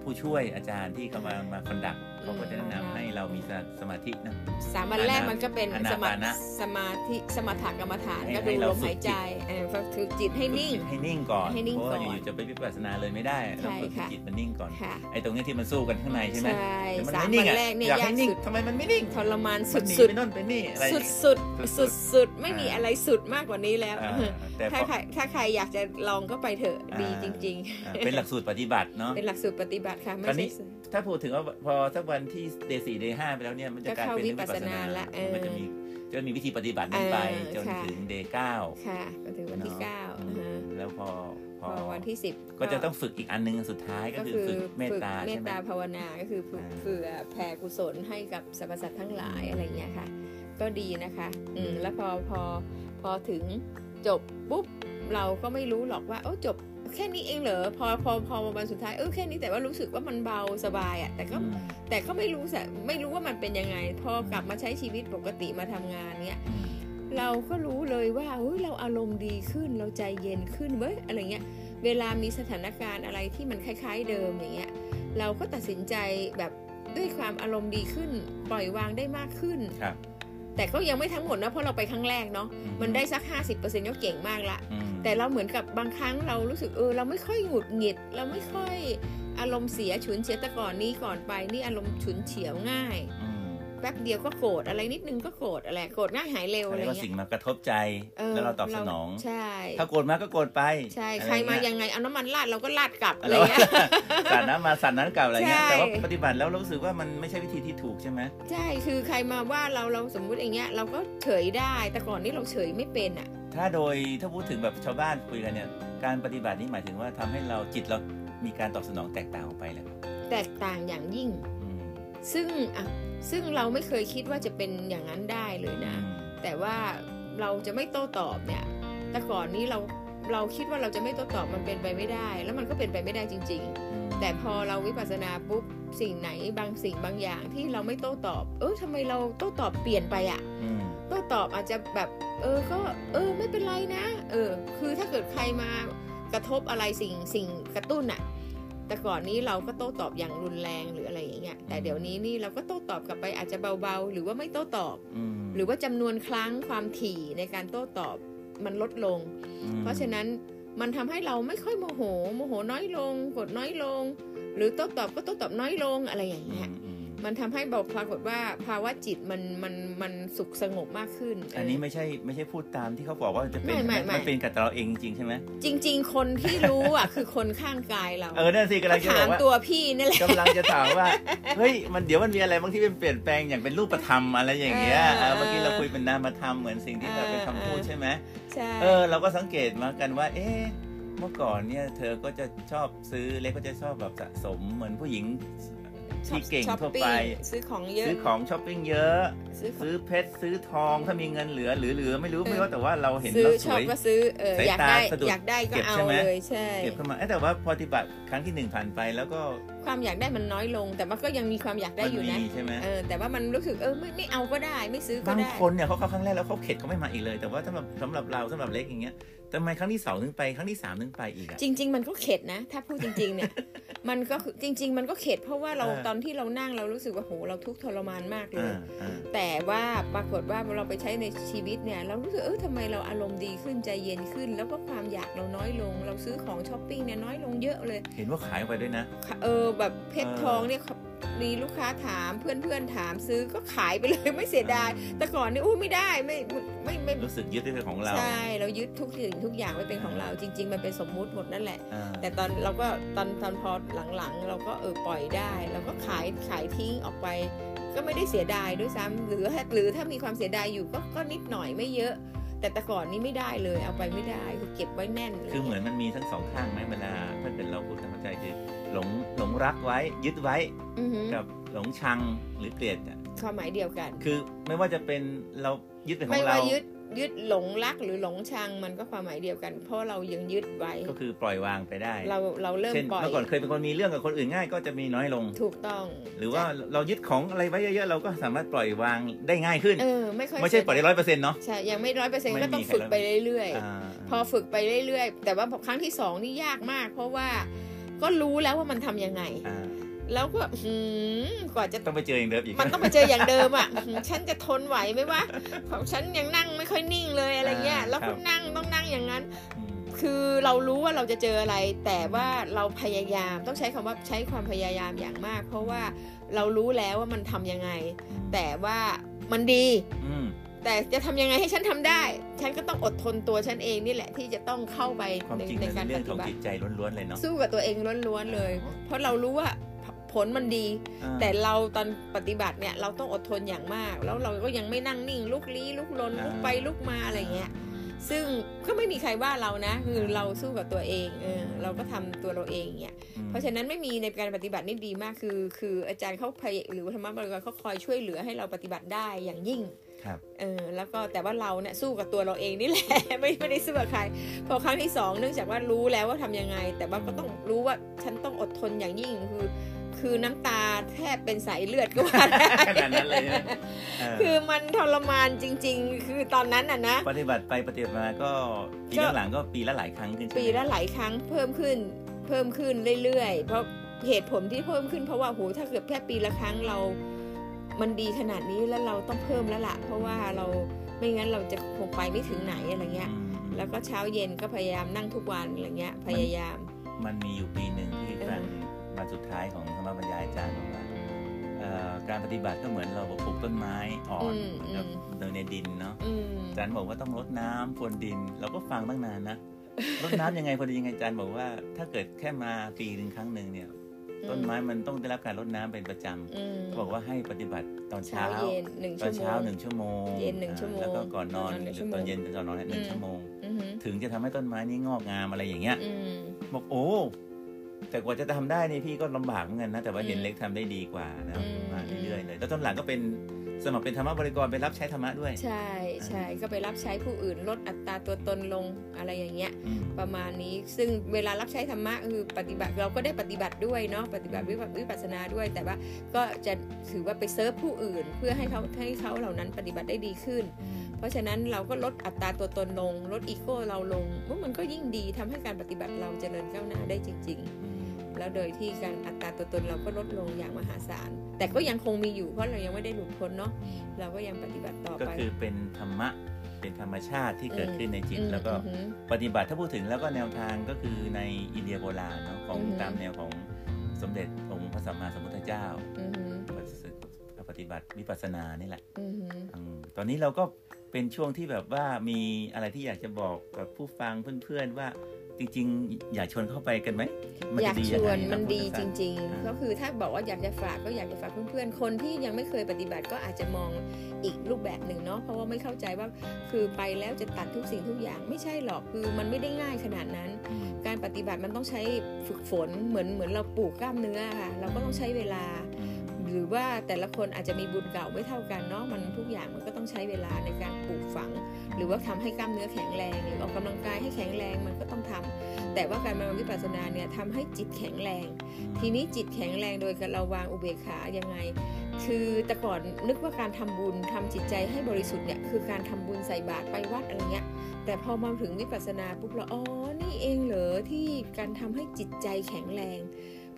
[SPEAKER 1] ผู้ช่วยอาจารย์ที่เขามามาคอนดักเขาก็จะแนะนำให้เรามีสมาสมาธินะ
[SPEAKER 2] สามวันแรก
[SPEAKER 1] อานา
[SPEAKER 2] มันก็เป็น
[SPEAKER 1] อานา
[SPEAKER 2] สมา
[SPEAKER 1] ปานะ
[SPEAKER 2] สมาธิสมถกรรมฐาน
[SPEAKER 1] ให้
[SPEAKER 2] ก็ดู
[SPEAKER 1] ให้เรา
[SPEAKER 2] ลม
[SPEAKER 1] ฝึก
[SPEAKER 2] หาย
[SPEAKER 1] จิ
[SPEAKER 2] ใจ
[SPEAKER 1] ต
[SPEAKER 2] เออฝึกฝึกจิตให้นิ่ง
[SPEAKER 1] ฝึกจิตให้นิ่งก่อน
[SPEAKER 2] ให้นิ่ง
[SPEAKER 1] เพราะว่า
[SPEAKER 2] ก่อน
[SPEAKER 1] อยู่ๆจะไปวิปัสสนาเลยไม่ได้
[SPEAKER 2] ใช่
[SPEAKER 1] ต้องฝึกให้
[SPEAKER 2] ค่ะ
[SPEAKER 1] จิตมันนิ่งก่อน
[SPEAKER 2] ค่ะ
[SPEAKER 1] ไอ้ตรงเนี้ยที่มันสู้กันข้างในใช่ไหม
[SPEAKER 2] ใช่
[SPEAKER 1] แต่มัน
[SPEAKER 2] สาม
[SPEAKER 1] ไม่
[SPEAKER 2] วั
[SPEAKER 1] นิ่ง
[SPEAKER 2] น
[SPEAKER 1] อะ
[SPEAKER 2] แรกเนี่ย
[SPEAKER 1] อยาก
[SPEAKER 2] ยา
[SPEAKER 1] ให้
[SPEAKER 2] ก
[SPEAKER 1] นิ่ง
[SPEAKER 2] สุด
[SPEAKER 1] ทำไมมันไม่นิ่ง
[SPEAKER 2] ทรมานสุ
[SPEAKER 1] มั
[SPEAKER 2] ด
[SPEAKER 1] นหนี
[SPEAKER 2] สุด
[SPEAKER 1] ไปโน่นไปนี่อะไร
[SPEAKER 2] สุด
[SPEAKER 1] อย่างเงี้ย
[SPEAKER 2] สุ
[SPEAKER 1] สุด
[SPEAKER 2] ดสุด
[SPEAKER 1] ๆ
[SPEAKER 2] สุดไม่มีอะไรสุดมากกว่านี้แล้ว
[SPEAKER 1] อ่าแต่พ
[SPEAKER 2] ถ้า
[SPEAKER 1] อ
[SPEAKER 2] ใครถ้าใครอยากจะลองก็ไปเถอะ
[SPEAKER 1] อ่า
[SPEAKER 2] ดีจริง
[SPEAKER 1] อ่าเป็นหลักสูตรปฏิบัติเนาะ
[SPEAKER 2] ๆ เป็นหลักสูตรปฏิบัติค่ะไม่
[SPEAKER 1] ตอนนี้
[SPEAKER 2] ใช่
[SPEAKER 1] ถ้าพูดถึงว่าพอสักวันที่เดย์สี่เดย์ห้าไปแล้วเนี่ยมันจะกลายเป็นเรื่องวิปัสสนา
[SPEAKER 2] ก็เข้าวิปัสสนาละเออ
[SPEAKER 1] มันจะมีจะมีวิธีปฏิบัตินั้นไป
[SPEAKER 2] เออ
[SPEAKER 1] จน
[SPEAKER 2] ค่ะ
[SPEAKER 1] ถึงเดย์เก้า
[SPEAKER 2] ค่ะก็ถึงวันที่
[SPEAKER 1] เนาะ
[SPEAKER 2] เก้า
[SPEAKER 1] อื
[SPEAKER 2] อ่าม ฮะ
[SPEAKER 1] แล้วพอพ
[SPEAKER 2] พ
[SPEAKER 1] อ
[SPEAKER 2] อวันที่สิบ
[SPEAKER 1] ก็จะต้องฝึกอีกอันหนึงสุดท้ายก็คือฝึกเมตตา
[SPEAKER 2] เม
[SPEAKER 1] ใช่
[SPEAKER 2] ต
[SPEAKER 1] ไหม
[SPEAKER 2] ตาภาวนาก็คือฝึก
[SPEAKER 1] อ่า
[SPEAKER 2] เผื่อแผ่กุศลให้กับสรรพสัตว์ทั้งหลายอะไรเงี้ยค่ะ ก็ดีนะคะอืมแล้วพอพอพอถึงจบปุ๊บเราก็ไม่รู้หรอกว่าโอ้าจบแค่นี้เองเหรอพอพอพอวันสุดท้ายเออแค่นี้แต่ว่ารู้สึกว่ามันเบาสบายอะ่ะแต่ก็
[SPEAKER 1] อืม
[SPEAKER 2] แต่ก็ไม่รู้สะไม่รู้ว่ามันเป็นยังไง พอกลับมาใช้ชีวิตปกติมาทำงานเนี้ยเราก็รู้เลยว่าเฮ้ยเราอารมณ์ดีขึ้นเราใจเย็นขึ้นเว้ยอะไรเงี้ย เวลามีสถานการณ์อะไรที่มันคล้าย ๆ เดิมอย่างเงี้ย เราก็ตัดสินใจแบบด้วยความอารมณ์ดีขึ้น ปล่อยวางได้มากขึ้น
[SPEAKER 1] ครับ
[SPEAKER 2] แต่ก็ยังไม่ทั้งหมดนะเพราะเราไปครั้งแรกเนาะ
[SPEAKER 1] อื
[SPEAKER 2] มันได้สัก 50%ก็เก่งมากละ
[SPEAKER 1] อืม
[SPEAKER 2] แต่เราเหมือนกับบางครั้งเรารู้สึกเออเราไม่ค่อยหงุดหงิด เราไม่ค่อยอารมณ์เสียฉุนเฉียวแต่ก่อนนี้ก่อนไปนี่อารมณ์ฉุนเฉียวง่าย
[SPEAKER 1] อืม
[SPEAKER 2] แป๊บเดียวก็โกรธอะไรนิดนึงก็โกรธอะไรโกรธง่ายหายเร็ว
[SPEAKER 1] เขา
[SPEAKER 2] อะไร
[SPEAKER 1] เรียกว่า
[SPEAKER 2] เงี้
[SPEAKER 1] สิ่
[SPEAKER 2] ย
[SPEAKER 1] งมากระทบใจ แล้วเราตอบสนอง
[SPEAKER 2] ใช่
[SPEAKER 1] ถ้าโกรธมาก็โกรธไป
[SPEAKER 2] ใช่
[SPEAKER 1] อะ
[SPEAKER 2] ใครมา
[SPEAKER 1] เ
[SPEAKER 2] ยังไงเอาน้ำมันราดเราก็ราดกลับอะ
[SPEAKER 1] อะไร ไรวะ
[SPEAKER 2] เงี้ย
[SPEAKER 1] สาดน้ำมาสาดน้ำกลับอะไรเงี้ย
[SPEAKER 2] ใช่
[SPEAKER 1] แต่ว่าปฏิบัติแล้วเรารู้สึกว่ามันไม่ใช่วิธีที่ถูกใช่ไหม
[SPEAKER 2] ใช่ คือใครมาว่าเราเราสมมุติอย่างเงี้ยเราก็เฉยได้ แต่ก่อนนี้เราเฉยไม่เป็นอ่ะ
[SPEAKER 1] ถ้าโดยถ้าพูดถึงแบบชาวบ้านคุยกันเนี่ย การปฏิบัตินี่หมายถึงว่าทำให้เราจิตเรามีการตอบสนองแตกต่างออกไปแหล้ว
[SPEAKER 2] แตกต่างอย่างยิ่ง ซึ่งอ่ะซึ่งเราไม่เคยคิดว่าจะเป็นอย่างนั้นได้เลยนะ แต่ว่าเราจะไม่โต้ตอบเนี่ย แต่ก่อนนี้เราเราคิดว่าเราจะไม่โต้ตอบมันเป็นไปไม่ได้ แล้วมันก็เป็นไปไม่ได้จริง ๆ แต่พอเราวิปัสสนาปุ๊บสิ่งไหนบางสิ่งบางอย่างที่เราไม่โต้ตอบ เออทำไมเราโต้ตอบเปลี่ยนไปอ่ะ ก็ตอบอาจจะแบบเออก็เออไม่เป็นไรนะ เออ คือถ้าเกิดใครมากระทบอะไรสิ่งสิ่งกระตุ้นอะแต่ก่อนนี้เราก็โต้ตอบอย่างรุนแรงหรืออะไรอย่างเงี้ยแต่เดี๋ยวนี้นี่เราก็โต้ตอบกลับไปอาจจะเบาๆ หรือว่าไม่โต้ตอบ หรือว่าจำนวนครั้งความถี่ในการโต้ตอบมันลดลง เพราะฉะนั้นมันทำให้เราไม่ค่อยโมโหโมโหน้อยลงกดน้อยลง หรือโต้ตอบก็โต้ตอบน้อยลงอะไรอย่างเงี้ย มันทำให้บอกปรากฏว่าภาวะจิตมันมันมันสุขสงบมากขึ้นเ
[SPEAKER 1] อันนี้ไม่ใช่ไม่ใช่พูดตามที่เขาบอกว่าจะเป็น
[SPEAKER 2] ไม่ไม่ไม่
[SPEAKER 1] นเป็นกับเราเองจริงๆใช่ไหม
[SPEAKER 2] จริง ๆ คนที่รู้อ่ะ คือคนข้างกายเรา
[SPEAKER 1] เออนั่นสิกำลังจะบ
[SPEAKER 2] ถา
[SPEAKER 1] อ
[SPEAKER 2] ม
[SPEAKER 1] กว่า
[SPEAKER 2] ตัวพี่นี่แหละ
[SPEAKER 1] กำลังจะถามว่า เฮ้ย มันเดี๋ยวมันมีอะไรบางที่เป็นเปลี่ยนแปลงอย่างเป็นรูปธรรมอะไรอย่างเงี้ย
[SPEAKER 2] เออ
[SPEAKER 1] เออเมื่อกี้เราคุยเป็นนามธรรมเหมือนสิ่งที่แบบ
[SPEAKER 2] เออ
[SPEAKER 1] เป็นคำพูดใช่ไหม
[SPEAKER 2] ใช่
[SPEAKER 1] เออเราก็สังเกตมากันว่า เอ๊ะเมื่อก่อนเนี่ยเธอก็จะชอบซื้อเล็กก็จะชอบแบบสะสมเหมือนผู้หญิงที่เก่ง
[SPEAKER 2] ช้อป
[SPEAKER 1] ทั่ว
[SPEAKER 2] ปิ้
[SPEAKER 1] ไป
[SPEAKER 2] ซื้อของเยอะ
[SPEAKER 1] ซื้อของช้อปปิ้งเยอะ
[SPEAKER 2] ซื้อของ
[SPEAKER 1] ซื้อเพชรซื้อทองถ้ามีเงินเหลือหรือเหลือไม่รู้ไม่รู้แต่ว่าเราเห็น
[SPEAKER 2] ซื้อ
[SPEAKER 1] เราส
[SPEAKER 2] ชอบ
[SPEAKER 1] วย
[SPEAKER 2] ก็ซื้อเออ
[SPEAKER 1] สาย
[SPEAKER 2] อยาก
[SPEAKER 1] ตา
[SPEAKER 2] ได้
[SPEAKER 1] สะดุด
[SPEAKER 2] อยากได้ก็
[SPEAKER 1] เก็บ
[SPEAKER 2] เอา
[SPEAKER 1] ใช่ไหม
[SPEAKER 2] เลยใช่
[SPEAKER 1] เก็บเข้ามาเอ๊ะแต่ว่าพอปฏิบัติครั้งที่หนึ่งผ่านไปแล้วก็
[SPEAKER 2] ความอยากได้มันน้อยลง แต่มันก็ยังมีความอยากได้
[SPEAKER 1] มัน
[SPEAKER 2] อยู่
[SPEAKER 1] มี
[SPEAKER 2] นะ
[SPEAKER 1] ใช่ไหม
[SPEAKER 2] เออแต่ว่ามันรู้สึกเออไม่ไม่เอาก็ได้ไม่ซื้อก็
[SPEAKER 1] บาง
[SPEAKER 2] ได้
[SPEAKER 1] คนเนี่ยเขาเข้าครั้งแรกแล้วเขาเข็ดเขาไม่มาอีกเลย แต่ว่าสำหรับสำหรับเราสำหรับเล็กอย่างเงี้ยทำไมครั้งที่สองถึงไปครั้งที่สามถึงไปอีกอะ
[SPEAKER 2] จริง ๆ มันก็เข็ดนะ ถ้าพูดจริง ๆเนี่ย มันก็คือจริง ๆ มันก็เข็ดเพราะว่าเรา
[SPEAKER 1] เออ
[SPEAKER 2] ตอนที่เรานั่งเรารู้สึกว่าโหเราทุกข์ทรมานมากเลย
[SPEAKER 1] อ่าอ่า
[SPEAKER 2] แต่ว่าปรากฏว่าเราไปใช้ในชีวิตเนี่ย เรารู้สึกเออทำไมเราอารมณ์ดีขึ้นใจเย็นขึ้น แล้วก็ความอยากเราน้อยลง เราซื้อของช้อปปิ้งเนี่ยน้อยลงเยอะเลย
[SPEAKER 1] เห็นว่าขายออกไปด้วยนะ
[SPEAKER 2] ค่ะเออแบบเพชร
[SPEAKER 1] เออ
[SPEAKER 2] ทองเนี่ยครับมีลูกค้าถามเพื่อนๆถามซื้อก็ขายไปเลย ไม่เสียดาย แต่ก่อนเนี่ยอู้ไม่ได้ไม่ไม่ไม่ไม่
[SPEAKER 1] รู้สึกยึดในเรื่องของเรา
[SPEAKER 2] ใช่เรายึดทุกสิ่งทุกอย่างไว้เป็นของเราจริง ๆ มันเป็นสมมุติหมดนั่นแหละ
[SPEAKER 1] อ่า
[SPEAKER 2] แต่ตอนเราก็ตอนตอนพอหลังๆ เราก็เออปล่อยได้เราก็ขายขายทิ้งออกไป ก็ไม่ได้เสียดายด้วยซ้ำหรือหรือถ้ามีความเสียดายอยู่ก็ก็นิดหน่อยไม่เยอะ แต่แต่ก่อนนี้ไม่ได้เลยเอาไปไม่ได้คือเก็บไว้แน่นเลย
[SPEAKER 1] คือเหมือนมันมีทั้งสองข้างไหมเวลาถ้าเกิดเราพูดตามเข้าใจคือหลงหลงรักไว้ยึดไว้
[SPEAKER 2] อือหือ
[SPEAKER 1] กับหลงชังหรือเกลียดอะ
[SPEAKER 2] ความหมายเดียวกัน
[SPEAKER 1] คือไม่ว่าจะเป็นเรายึดเป็นข
[SPEAKER 2] ไม่
[SPEAKER 1] อง
[SPEAKER 2] ว่า
[SPEAKER 1] เรา
[SPEAKER 2] ยึด ยึดหลงรักหรือหลงชังมันก็ความหมายเดียวกัน เพราะเรายังยึดไว้
[SPEAKER 1] ก็คือปล่อยวางไปได้
[SPEAKER 2] เราเราเริ่ม
[SPEAKER 1] เช่น
[SPEAKER 2] ปล่อย
[SPEAKER 1] เมื่อก่อนเคยเป็นคนมีเรื่องกับคนอื่นง่ายก็จะมีน้อยลง
[SPEAKER 2] ถูกต้อง
[SPEAKER 1] หรือว่าเรายึดของอะไรไว้เยอะๆเราก็สามารถปล่อยวางได้ง่ายขึ้น
[SPEAKER 2] เออไม่ค่อย
[SPEAKER 1] ไม่ใช่ปล่อยได้ร้อยเปอร์เซ็นต์เนาะ
[SPEAKER 2] ใช่ยังไม่ร้อยเปอร์เซ็นต์
[SPEAKER 1] ไม่มี
[SPEAKER 2] ก็ต้อง
[SPEAKER 1] ใคร
[SPEAKER 2] ฝึกไป
[SPEAKER 1] ร้อยเปอร์เซ็นต์
[SPEAKER 2] เรื่อย
[SPEAKER 1] อ่า
[SPEAKER 2] ๆ พอฝึกไปเรื่อยๆ แต่ว่าพอครั้งที่สองนี่ยากมาก เพราะว่าก็รู้แล้วว่ามันทำยังไง
[SPEAKER 1] อ่า
[SPEAKER 2] แล้วก็หืมกว่าจะ
[SPEAKER 1] ต้องไปเจออย่างเดิมอีก
[SPEAKER 2] มันต้องไปเจออย่างเดิมอ่ะ ฉันจะทนไหวไหมวะของฉันยังนั่งไม่ค่อยนิ่งเลยอะไรเงี้ย
[SPEAKER 1] อ่า
[SPEAKER 2] แล้ว
[SPEAKER 1] ครั
[SPEAKER 2] ก็
[SPEAKER 1] บ
[SPEAKER 2] นั่งต้องนั่งอย่างนั้น
[SPEAKER 1] อืม
[SPEAKER 2] คือเรารู้ว่าเราจะเจออะไร แต่ว่าเราพยายามต้องใช้คำว่าใช้ความพยายามอย่างมาก เพราะว่าเรารู้แล้วว่ามันทำยังไง แต่ว่ามันดี
[SPEAKER 1] อืม
[SPEAKER 2] แต่จะทำยังไงให้ฉันทำได้ ฉันก็ต้องอดทนตัวฉันเองนี่แหละที่จะต้องเข้าไป
[SPEAKER 1] ความ
[SPEAKER 2] ใน
[SPEAKER 1] จริง
[SPEAKER 2] ใน
[SPEAKER 1] มัน
[SPEAKER 2] การ
[SPEAKER 1] เป็นเรื่
[SPEAKER 2] ป
[SPEAKER 1] องของ
[SPEAKER 2] ฏิบัติ
[SPEAKER 1] จิตใจล้วนๆเลยเนาะ
[SPEAKER 2] สู้กับตัวเองล้วนๆเลย เพราะเรารู้ว่าผลมันดี
[SPEAKER 1] อ่า
[SPEAKER 2] แต่เราตอนปฏิบัติเนี่ยเราต้องอดทนอย่างมาก แล้วเราก็ยังไม่นั่งนิ่ง ลุกลี้ลุกลน
[SPEAKER 1] อ่า
[SPEAKER 2] ลุกไปลุกมาอะไรเงี้ยซึ่งก็ไม่มีใครว่าเรานะ คือเราสู้กับตัวเองเออเราก็ทำตัวเราเองเนี่ย
[SPEAKER 1] อืม
[SPEAKER 2] เพราะฉะนั้นไม่มีในการปฏิบัตินี่ดีมากคือ คืออาจารย์เขาพยหรือธรรมบริวารเขาคอยช่วยเหลือให้เราปฏิบัติได้อย่างยิ่ง
[SPEAKER 1] ครับ
[SPEAKER 2] เออแล้วก็แต่ว่าเราเนี่ยสู้กับตัวเราเองนี่แหละ ไม่ไม่ได้สู้กับใครพอครั้งที่สองเนื่องจากว่ารู้แล้วว่าทำยังไง แต่ว่าก็ต้องรู้ว่าฉันต้องอดทนอย่างยิ่งคือ คือน้ำตาแทบเป็นสายเลือดก็ว่าได้
[SPEAKER 1] ขนาดนั้นเลยใช่ไหมเออ
[SPEAKER 2] คือมันทรมานจริง ๆ คือตอนนั้นอ่ะนะ
[SPEAKER 1] ปฏิบัติไปปฏิบัติมาก็ปีหลังๆก็ปีละหลายครั้งขึ้นใช่ไหม
[SPEAKER 2] ปีละหลายครั้งเพิ่มขึ้นเพิ่มขึ้นเรื่อยๆ เพราะเหตุผลที่เพิ่มขึ้นเพราะว่าโหถ้าเกิดแค่ปีละครั้งเรา มันดีขนาดนี้แล้วเราต้องเพิ่มแล้วล่ะ เพราะว่าเราไม่งั้นเราจะคงไปไม่ถึงไหนอะไรเงี้ย
[SPEAKER 1] อืม
[SPEAKER 2] แล้วก็เช้าเย็นก็พยายามนั่งทุกวันอะไรเงี้ยพยายาม
[SPEAKER 1] มันมีอยู่ปีหนึ่งที่
[SPEAKER 2] เออ
[SPEAKER 1] ท่านมาสุดท้ายของธรรมบรรยายอาจารย์บอกว่าเอ่อการปฏิบัติก็เหมือนเราปลูกต้นไม้อ่อน
[SPEAKER 2] อืมอืม
[SPEAKER 1] โดยในดินเนาะ
[SPEAKER 2] อืม
[SPEAKER 1] อาจารย์บอกว่าต้องรดน้ำพรวนดิน เราก็ฟังตั้งนาน นะรดน้ำยังไงพอดียังไงอาจารย์บอกว่า ถ้าเกิดแค่มาปีหนึ่งครั้งหนึ่งเนี่ย ต้นไม้มันต้องได้รับการรดน้ำเป็นประจำ
[SPEAKER 2] อืม
[SPEAKER 1] เขาบอกว่าให้ปฏิบัติตอน
[SPEAKER 2] เช้า
[SPEAKER 1] เช้า
[SPEAKER 2] เย็นหนึ่ง
[SPEAKER 1] ตอน
[SPEAKER 2] ชั่วโม
[SPEAKER 1] เช้าง หนึ่งชั่วโมง
[SPEAKER 2] เย็นหนึ่ง
[SPEAKER 1] อ่า
[SPEAKER 2] ชั่วโมง
[SPEAKER 1] แล้วก็ก่อนนอน
[SPEAKER 2] ก่อนนอนห
[SPEAKER 1] หรื
[SPEAKER 2] นึ่ง
[SPEAKER 1] อ
[SPEAKER 2] ชั่วโม
[SPEAKER 1] ต
[SPEAKER 2] ง
[SPEAKER 1] อนเย็นก่อนนอนเนี่ยหนึ่ง
[SPEAKER 2] อืม
[SPEAKER 1] ชั่วโมง
[SPEAKER 2] อือหือ
[SPEAKER 1] ถึงจะทำให้ต้นไม้นี้งอกงามอะไรอย่างเงี้ย
[SPEAKER 2] อืม
[SPEAKER 1] บอกโอ้ แต่กว่าจะทำได้นี่พี่ก็ลำบากเหมือนกันนะ แต่ว่า
[SPEAKER 2] อืม
[SPEAKER 1] เห็นเล็กทำได้ดีกว่านะ
[SPEAKER 2] อืม
[SPEAKER 1] มาเรื่อยๆเลยแล้วตอนหลังก็เป็นสมัครเป็นธรรมบริกรไปรับใช้ธรรมะด้วย
[SPEAKER 2] ใช่ใช่ก็ไปรับใช้ผู้อื่นลดอัตราตัวตนลงอะไรอย่างเงี้ย
[SPEAKER 1] อืม
[SPEAKER 2] ประมาณนี้ซึ่งเวลารับใช้ธรรมะคือปฏิบัติเราก็ได้ปฏิบัติด้วยเนาะปฏิบัติวิปัสวิปัสสนาด้วย แต่ว่าก็จะถือว่าไปเซิร์ฟผู้อื่น เพื่อให้เขาให้เขาเหล่านั้นปฏิบัติได้ดีขึ้น เพราะฉะนั้นเราก็ลดอัตราตัวตนลง ลดอีโก้เราลงอุ๊ยมันก็ยิ่งดีทำให้การปฏิบัติเราเจริญก้าวหน้าได้จริง ๆ แล้วโดยที่การอัตราตัวตนเราก็ลดลงอย่างมหาศาล แต่ก็ยังคงมีอยู่เพราะเรายังไม่ได้หลุดพ้นเนาะเราก็ยังปฏิบัติต่อ
[SPEAKER 1] ก็
[SPEAKER 2] ไป
[SPEAKER 1] คือเป็นธรรมะเป็นธรรมชาติที่เกิด
[SPEAKER 2] อืม
[SPEAKER 1] ขึ้นในจิต
[SPEAKER 2] อืม
[SPEAKER 1] แล้วก็
[SPEAKER 2] อือหือ
[SPEAKER 1] ปฏิบัติถ้าพูดถึงแล้วก็แนวทางก็คือในอินเดียโบราณเนาะของ
[SPEAKER 2] อือฮึ
[SPEAKER 1] ตามแนวของสมเด็จองค์พระสัมมาสัมพุทธเจ้า
[SPEAKER 2] อือหือ
[SPEAKER 1] ปฏิบัติวิปัสสนานี่แหละ
[SPEAKER 2] อือหือ
[SPEAKER 1] อืมตอนนี้เราก็เป็นช่วงที่แบบว่ามีอะไรที่อยากจะบอกกับผู้ฟังเพื่อนๆว่าจริงๆ อยากชวนเข้าไปกันไหมมั
[SPEAKER 2] อ
[SPEAKER 1] จะ
[SPEAKER 2] ยาก
[SPEAKER 1] ดี
[SPEAKER 2] ช
[SPEAKER 1] ง
[SPEAKER 2] ว
[SPEAKER 1] ไง
[SPEAKER 2] น
[SPEAKER 1] ล
[SPEAKER 2] มั
[SPEAKER 1] อง
[SPEAKER 2] น
[SPEAKER 1] พูด
[SPEAKER 2] ดีจ
[SPEAKER 1] สั้น
[SPEAKER 2] ริง
[SPEAKER 1] อ่า
[SPEAKER 2] ๆ ก็คือถ้าบอกว่าอยากจะฝากก็อยากจะฝากเพื่อนๆ คนที่ยังไม่เคยปฏิบัติก็อาจจะมองอีกรูปแบบหนึ่งเนาะเพราะว่าไม่เข้าใจว่าคือไปแล้วจะตัดทุกสิ่งทุกอย่างไม่ใช่หรอกคือมันไม่ได้ง่ายขนาดนั้น
[SPEAKER 1] ๆอืม
[SPEAKER 2] การปฏิบัติมันต้องใช้ฝึกฝนเหมือนเหมือนเราปลูกกล้ามเนื้อค่ะเราก็ต้องใช้เวลา
[SPEAKER 1] อืม
[SPEAKER 2] หรือว่าแต่ละคนอาจจะมีบุญเก่าไม่เท่ากันเนาะมันทุกอย่างมันก็ต้องใช้เวลาในการปลูกฝัง หรือว่าทำให้กล้ามเนื้อแข็งแรง หรือออกกำลังกายให้แข็งแรงมันก็ต้องทำแต่ว่าการมาวิปัสสนาเนี่ยทำให้จิตแข็งแรง ทีนี้จิตแข็งแรงโดยการเราวางอุเบกขายังไง คือแต่ก่อนนึกว่าการทำบุญทำจิตใจให้บริสุทธิ์เนี่ยคือการทำบุญใส่บาตรไปวัดอะไรเงี้ย แต่พอมาถึงวิปัสสนาปุ๊บเราอ๋อนี่เองเหรอที่การทำให้จิตใจแข็งแรง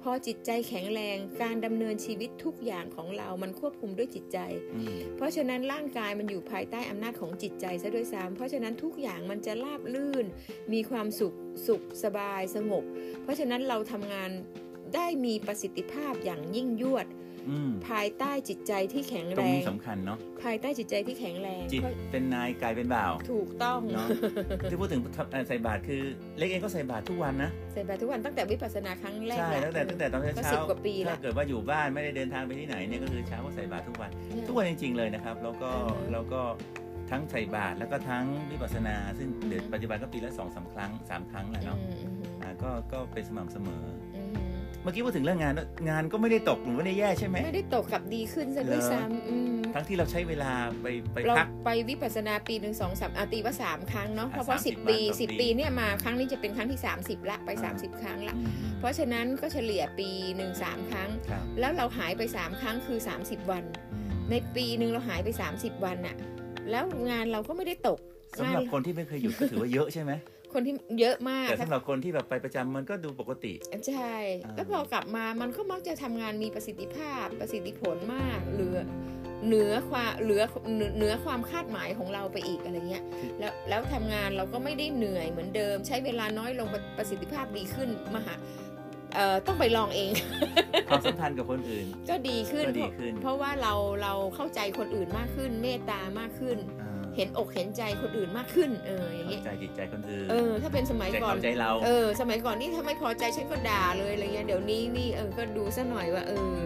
[SPEAKER 2] พอจิตใจแข็งแรงการดำเนินชีวิตทุกอย่างของเรามันควบคุมด้วยจิตใจ
[SPEAKER 1] อืม
[SPEAKER 2] เพราะฉะนั้นร่างกายมันอยู่ภายใต้อำนาจของจิตใจซะด้วยซ้ำเพราะฉะนั้นทุกอย่างมันจะราบลื่น มีความสุขสุขสบายสงบ เพราะฉะนั้นเราทำงานได้มีประสิทธิภาพอย่างยิ่งยวด
[SPEAKER 1] อืม
[SPEAKER 2] ภายใต้จิตใจที่แข็ง
[SPEAKER 1] ต
[SPEAKER 2] แร
[SPEAKER 1] รงนี้
[SPEAKER 2] ง
[SPEAKER 1] สำคัญเนาะ
[SPEAKER 2] ภายใต้จิตใจที่แข็งแรง
[SPEAKER 1] จิต
[SPEAKER 2] เพราะ
[SPEAKER 1] เป็นนายกายเป็นบ่าว
[SPEAKER 2] ถูกต้อง
[SPEAKER 1] เนาะที่พูดถึงเอ่อใส่บาตรคือเล็กเองก็ใส่บาตรทุกวันนะ
[SPEAKER 2] ใส่บาตรทุกวันตั้งแต่วิปัสสนาครั้งแรก
[SPEAKER 1] ใช่ตั้งแต่ตั้งแต่ตอน
[SPEAKER 2] ก็
[SPEAKER 1] เช้า
[SPEAKER 2] สิบกว่าปี
[SPEAKER 1] ถ้า
[SPEAKER 2] ละ
[SPEAKER 1] เกิดว่าอยู่บ้านไม่ได้เดินทางไปที่ไหนเนี่ยก็คือเช้าก็ใส่บาตรทุกวัน ทุกวันจริง ๆเลยนะครับแล้วก็
[SPEAKER 2] อือฮึ
[SPEAKER 1] แล้วก็ทั้งใส่บาตรแล้วก็ทั้งวิปัสสนา ซึ่งเดี๋ยวปัจจุบันก็ปีละสองสามครั้งสามครั้งแหละเนาะ
[SPEAKER 2] อืมอืม
[SPEAKER 1] อ่าก็ก็เป็นสม่ำเสมอ
[SPEAKER 2] อืม
[SPEAKER 1] เมื่อกี้พูดถึงเรื่องงาน งานก็ไม่ได้ตกหรือไม่ได้แย่ใช่ไหม
[SPEAKER 2] ไม่ได้ตกกลับดีขึ้นซะ
[SPEAKER 1] เหรอ
[SPEAKER 2] ด้วยซ้ำอืม
[SPEAKER 1] ทั้งที่เราใช้เวลาไปไป
[SPEAKER 2] เรา
[SPEAKER 1] พัก
[SPEAKER 2] ไปวิปัสสนาปีหนึ่งสองสามอาตีว่าสามครั้งเนาะเพ
[SPEAKER 1] อ่ะ
[SPEAKER 2] ราะว่า
[SPEAKER 1] 30
[SPEAKER 2] สิบปี
[SPEAKER 1] วันต่อ
[SPEAKER 2] สิบ
[SPEAKER 1] ปี
[SPEAKER 2] ปีเนี่ยมาครั้งนี้จะเป็นครั้งที่สามสิบละไปสามสิบครั้งละ
[SPEAKER 1] อืม
[SPEAKER 2] เพราะฉะนั้นก็เฉลี่ยปีหนึ่งสามครั้ง
[SPEAKER 1] ครับ
[SPEAKER 2] แล้วเราหายไปสามครั้งคือสามสิบวัน
[SPEAKER 1] อืม
[SPEAKER 2] ในปีหนึ่งเราหายไป 30 วันน่ะ แล้วงานเราก็ไม่ได้ตก
[SPEAKER 1] สำหรับคนที่ไม่เคยหยุดก็ถือว่าเยอะใช่ไหม
[SPEAKER 2] คนที่เยอะมาก
[SPEAKER 1] แต่สำหรับคนที่แบบไปประจำมันก็ดูปกติ
[SPEAKER 2] ใช่
[SPEAKER 1] อ่า
[SPEAKER 2] แล้วพอกลับมามันก็มักจะทำงานมีประสิทธิภาพประสิทธิผลมาก เหลือเหนือความเหลือเหนือเหนือความคาดหมายของเราไปอีกอะไรเงี้ย แล้วแล้วทำงานเราก็ไม่ได้เหนื่อยเหมือนเดิม ใช้เวลาน้อยลงประประสิทธิภาพดีขึ้นมหาเอ่อต้องไปลองเอง
[SPEAKER 1] ความสัมพันธ์กับคนอื่น
[SPEAKER 2] ก็ดีขึ้น
[SPEAKER 1] ก็
[SPEAKER 2] เพ
[SPEAKER 1] ดี
[SPEAKER 2] ราะ
[SPEAKER 1] ขึ้น
[SPEAKER 2] เพราะว่าเราเราเข้าใจคนอื่นมากขึ้น เมตตามากขึ้น
[SPEAKER 1] อ่า
[SPEAKER 2] เห็นอกเห็นใจคนอื่นมากขึ้น เอออย่าง
[SPEAKER 1] เข้า
[SPEAKER 2] เงี้ย
[SPEAKER 1] ใจจิตใจคนอื่น
[SPEAKER 2] เออ ถ้าเป็นสมัย
[SPEAKER 1] ใจ
[SPEAKER 2] ก่อน
[SPEAKER 1] เขาใจเรา
[SPEAKER 2] เออ สมัยก่อนนี่ถ้าไม่พอใจฉันก็ด่าเลยอะไรเงี้ยเดี๋ยวนี้นี่เออก็ดูซะหน่อยว่า เออ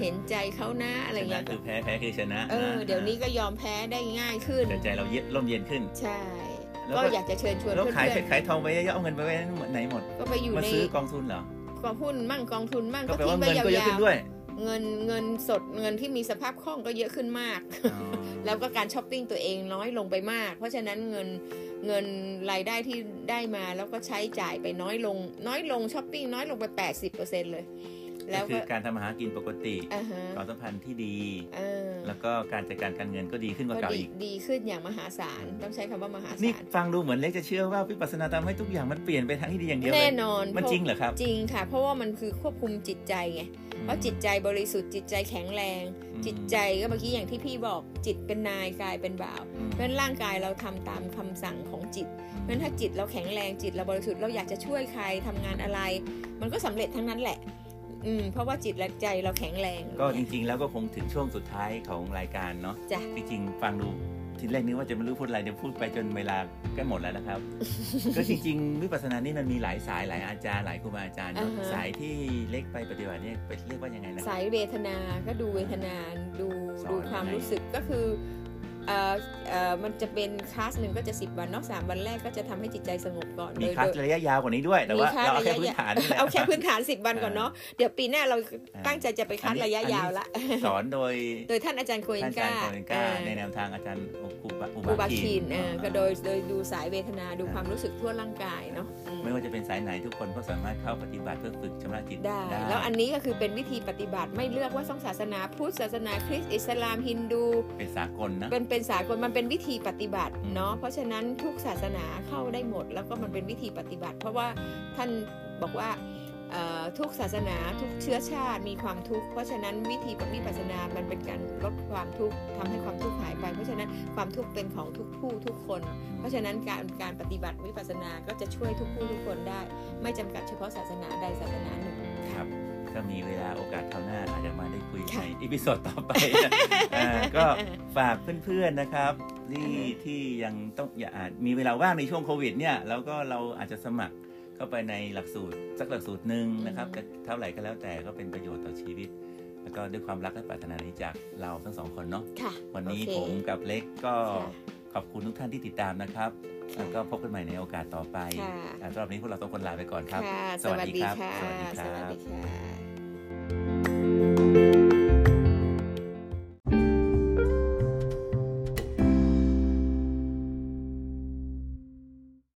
[SPEAKER 2] เห็นใจเขานะอะไร
[SPEAKER 1] ชนะ
[SPEAKER 2] เงี้ย
[SPEAKER 1] คือแพ้แพ้คือชนะ
[SPEAKER 2] เออ
[SPEAKER 1] ะ
[SPEAKER 2] เดี๋ยวนี้ก็ยอมแพ้ได้ง่ายขึ้น
[SPEAKER 1] แต่ใจเราเย็นร่มเย็นขึ้น
[SPEAKER 2] ใช่
[SPEAKER 1] แล้วก็
[SPEAKER 2] ก็อยากจะเชิญชวน
[SPEAKER 1] แล้ว
[SPEAKER 2] เพื่อ
[SPEAKER 1] ขายเพช
[SPEAKER 2] น
[SPEAKER 1] รขายทองไปเยอะๆเอาเงินไปไว้ไหนหมด
[SPEAKER 2] ๆก็ไปอยู่
[SPEAKER 1] มา
[SPEAKER 2] ใน
[SPEAKER 1] ซื้อกองทุนเหรอ
[SPEAKER 2] กองหุ้นมั่งกองทุนมั่ง
[SPEAKER 1] ก็
[SPEAKER 2] ก็
[SPEAKER 1] แปลว่า
[SPEAKER 2] ทิ้
[SPEAKER 1] ง
[SPEAKER 2] ไว้
[SPEAKER 1] เงินก็เย
[SPEAKER 2] ยา
[SPEAKER 1] อะขึ้
[SPEAKER 2] วน
[SPEAKER 1] ด้วย
[SPEAKER 2] ๆเงินเงินสดเงินที่มีสภาพคล่องก็เยอะขึ้นมาก
[SPEAKER 1] อ๋อ
[SPEAKER 2] แล้วก็การช้อปปิ้งตัวเองน้อยลงไปมาก เพราะฉะนั้นเงินเงินรายได้ที่ได้มาแล้วก็ใช้จ่ายไปน้อยลง น้อยลงช้อปปิ้งน้อยลงไป 80%เลย แล้ว
[SPEAKER 1] ก็คื
[SPEAKER 2] ก็
[SPEAKER 1] อการทำมาหากินปกติ
[SPEAKER 2] อ่าฮะ
[SPEAKER 1] ความสัมพันธ์ที่ดี
[SPEAKER 2] เออ
[SPEAKER 1] แล้วก็การจัดการการเงินก็ดีขึ้นกว่า
[SPEAKER 2] ก็
[SPEAKER 1] เก่า
[SPEAKER 2] ดี
[SPEAKER 1] อีก
[SPEAKER 2] ดีขึ้นอย่างมหาศาล ต้องใช้คำว่ามหา
[SPEAKER 1] นี่
[SPEAKER 2] ศาล
[SPEAKER 1] ฟังดูเหมือนเล็กจะเชื่อว่าวิปัสสนาทำให้ทุกอย่างมันเปลี่ยนไปทางที่ดีอย่างเดียวเล
[SPEAKER 2] แน่
[SPEAKER 1] ย
[SPEAKER 2] นอน
[SPEAKER 1] มัน
[SPEAKER 2] เพาะ
[SPEAKER 1] จริงเหรอครับ
[SPEAKER 2] จริงค่ะ เพราะว่ามันคือควบคุมจิตใจไง เพราะจิตใจบริสุทธิ์จิตใจแข็งแรง
[SPEAKER 1] อืม
[SPEAKER 2] จิตใจก็เมื่อกี้อย่างที่พี่บอกจิตเป็นนายกายเป็นบ่าว
[SPEAKER 1] อืม
[SPEAKER 2] เพราะฉะนั้นร่างกายเราทำตามคำสั่งของจิต เพราะฉะนั้นถ้าจิตเราแข็งแรงจิตเราบริสุทธิ์เราอยากจะช่วยใครทำงานอะไร มันก็สำเร็จทั้งนั้นแหละ อืมเพราะว่าจิตและใจเราแข็งแรง
[SPEAKER 1] ก็จริงๆ แล้วก็คงถึงช่วงสุดท้ายของรายการเนาะ
[SPEAKER 2] จ้ะ
[SPEAKER 1] จริงๆ ฟังดูทีแรกนึกว่าจะไม่รู้พูดอะไรเดี๋ยวพูดไปจนเวลาใกล้หมดแล้วนะครับ ก็จริงๆ วิปัสสนานี่มันมีหลายสายหลายอาจารย์หลายครูบาอาจารย์เนอะสายที่เล็กไปปฏิบัติเนี่ยไปเรียกว่ายังไงนะ
[SPEAKER 2] สายเวทนาก็ดูเวทนาดู
[SPEAKER 1] สอน
[SPEAKER 2] ดูความ
[SPEAKER 1] ยังไง
[SPEAKER 2] รู้สึกก็คือเอ่อเอ่อมันจะเป็นคลาสหนึ่งก็จะ 10 วันเนอกสามวันแรกก็จะทำให้จิตใจสงบก่อน
[SPEAKER 1] มี
[SPEAKER 2] โดย
[SPEAKER 1] คลาส
[SPEAKER 2] โดย
[SPEAKER 1] ระยะยาวกว่านี้ด้วย แต่ว่า
[SPEAKER 2] มีคลาส
[SPEAKER 1] เราเอาแค่
[SPEAKER 2] ระยะ
[SPEAKER 1] พื้นฐานนี่แหละ
[SPEAKER 2] เอาแค่พื้นฐาน 10 วันก่อนเนาะเดี๋ยวปีหน้าเรา
[SPEAKER 1] อ่า
[SPEAKER 2] ตั้งใจจะไปคัด
[SPEAKER 1] อันนี้
[SPEAKER 2] ระยะ
[SPEAKER 1] อันนี้
[SPEAKER 2] ยาวละ
[SPEAKER 1] สอนโดย
[SPEAKER 2] โดยท่านอาจารย์โกเอน
[SPEAKER 1] ท่านอาจาก
[SPEAKER 2] าร
[SPEAKER 1] ย์โกเอนก้า
[SPEAKER 2] อ่า
[SPEAKER 1] ในแนวทางอาจารย์อุบะอุ
[SPEAKER 2] อุบา
[SPEAKER 1] บา
[SPEAKER 2] คิ
[SPEAKER 1] คิ
[SPEAKER 2] น
[SPEAKER 1] น
[SPEAKER 2] เออก็
[SPEAKER 1] อ่า
[SPEAKER 2] โดยโดยดูสายเวทนาดูความรู้สึกทั่วร่างกายเนาะอืม
[SPEAKER 1] ไม่ว่าจะเป็นสายไหนทุกคนก็สามารถเข้าปฏิบัติเพื่อฝึกชำระจิต
[SPEAKER 2] ได้ แล้วอันนี้ก็คือเป็นวิธีปฏิบัติไม่เลือกว่าต้องศาสนาพุทธศาสนาคริสต์อิสลามฮินดู
[SPEAKER 1] เป็นสากลนะ
[SPEAKER 2] เป็นเป็นสากลมันเป็นวิธีปฏิบัติ
[SPEAKER 1] อืม
[SPEAKER 2] เนาะเพราะฉะนั้นทุกศาสนาเข้าได้หมด แล้วก็มันเป็นวิธีปฏิบัติ เพราะว่าท่านบอกว่าเอ่อทุกศาสนาทุกเชื้อชาติมีความทุกข์เพราะฉะนั้นวิธีปฏิปัสสนามันเป็นการลดความทุกข์ทำให้ความทุกข์หายไป เพราะฉะนั้นความทุกข์เป็นของทุกผู้ทุกคน เพราะฉะนั้นการการปฏิบัติวิปัสสนาก็จะช่วยทุกผู้ทุกคนได้ ไม่จำกัดเฉพาะศาสนาใดศาสนาหนึ่ง
[SPEAKER 1] ครับก็มีเวลาโอกาสคราวหน้าอาจจะมาได้คุย
[SPEAKER 2] ค่ะ
[SPEAKER 1] ในอีพิโซดต่อ ไปอ่าก็ฝากเพื่อนๆนะครับ ที่ที่ยังต้องอย่าอาจมีเวลาว่างในช่วงโควิดเนี่ยแล้วก็เราอาจจะสมัครเข้าไปในหลักสูตรสักหลักสูตรหนึ่งนะครับจะเท่าไหร่ก็แล้วแต่ก็เป็นประโยชน์ต่อชีวิต แล้วก็ด้วยความรักและปรารถนาดีจากเราทั้งสองคนเนาะ
[SPEAKER 2] ค่ะ
[SPEAKER 1] วันนี้
[SPEAKER 2] โอเค
[SPEAKER 1] ผมกับเล็กก็
[SPEAKER 2] ค่ะ
[SPEAKER 1] ขอบคุณทุกท่านที่ติดตามนะครับ แล้วก็พบกันใหม่ในโอกาสต่อไป
[SPEAKER 2] ค่ะ
[SPEAKER 1] อ่ะสำหรับวันนี้พวกเราต้องคนลาไปก่อนครับ
[SPEAKER 2] ค่ะ
[SPEAKER 1] ส
[SPEAKER 2] ส
[SPEAKER 1] วั
[SPEAKER 2] วั
[SPEAKER 1] ส
[SPEAKER 2] ส
[SPEAKER 1] ดี
[SPEAKER 2] ดี
[SPEAKER 1] ครั
[SPEAKER 2] ค่ะ
[SPEAKER 1] บสวัสดีครับ
[SPEAKER 2] สวัสดีค่ะ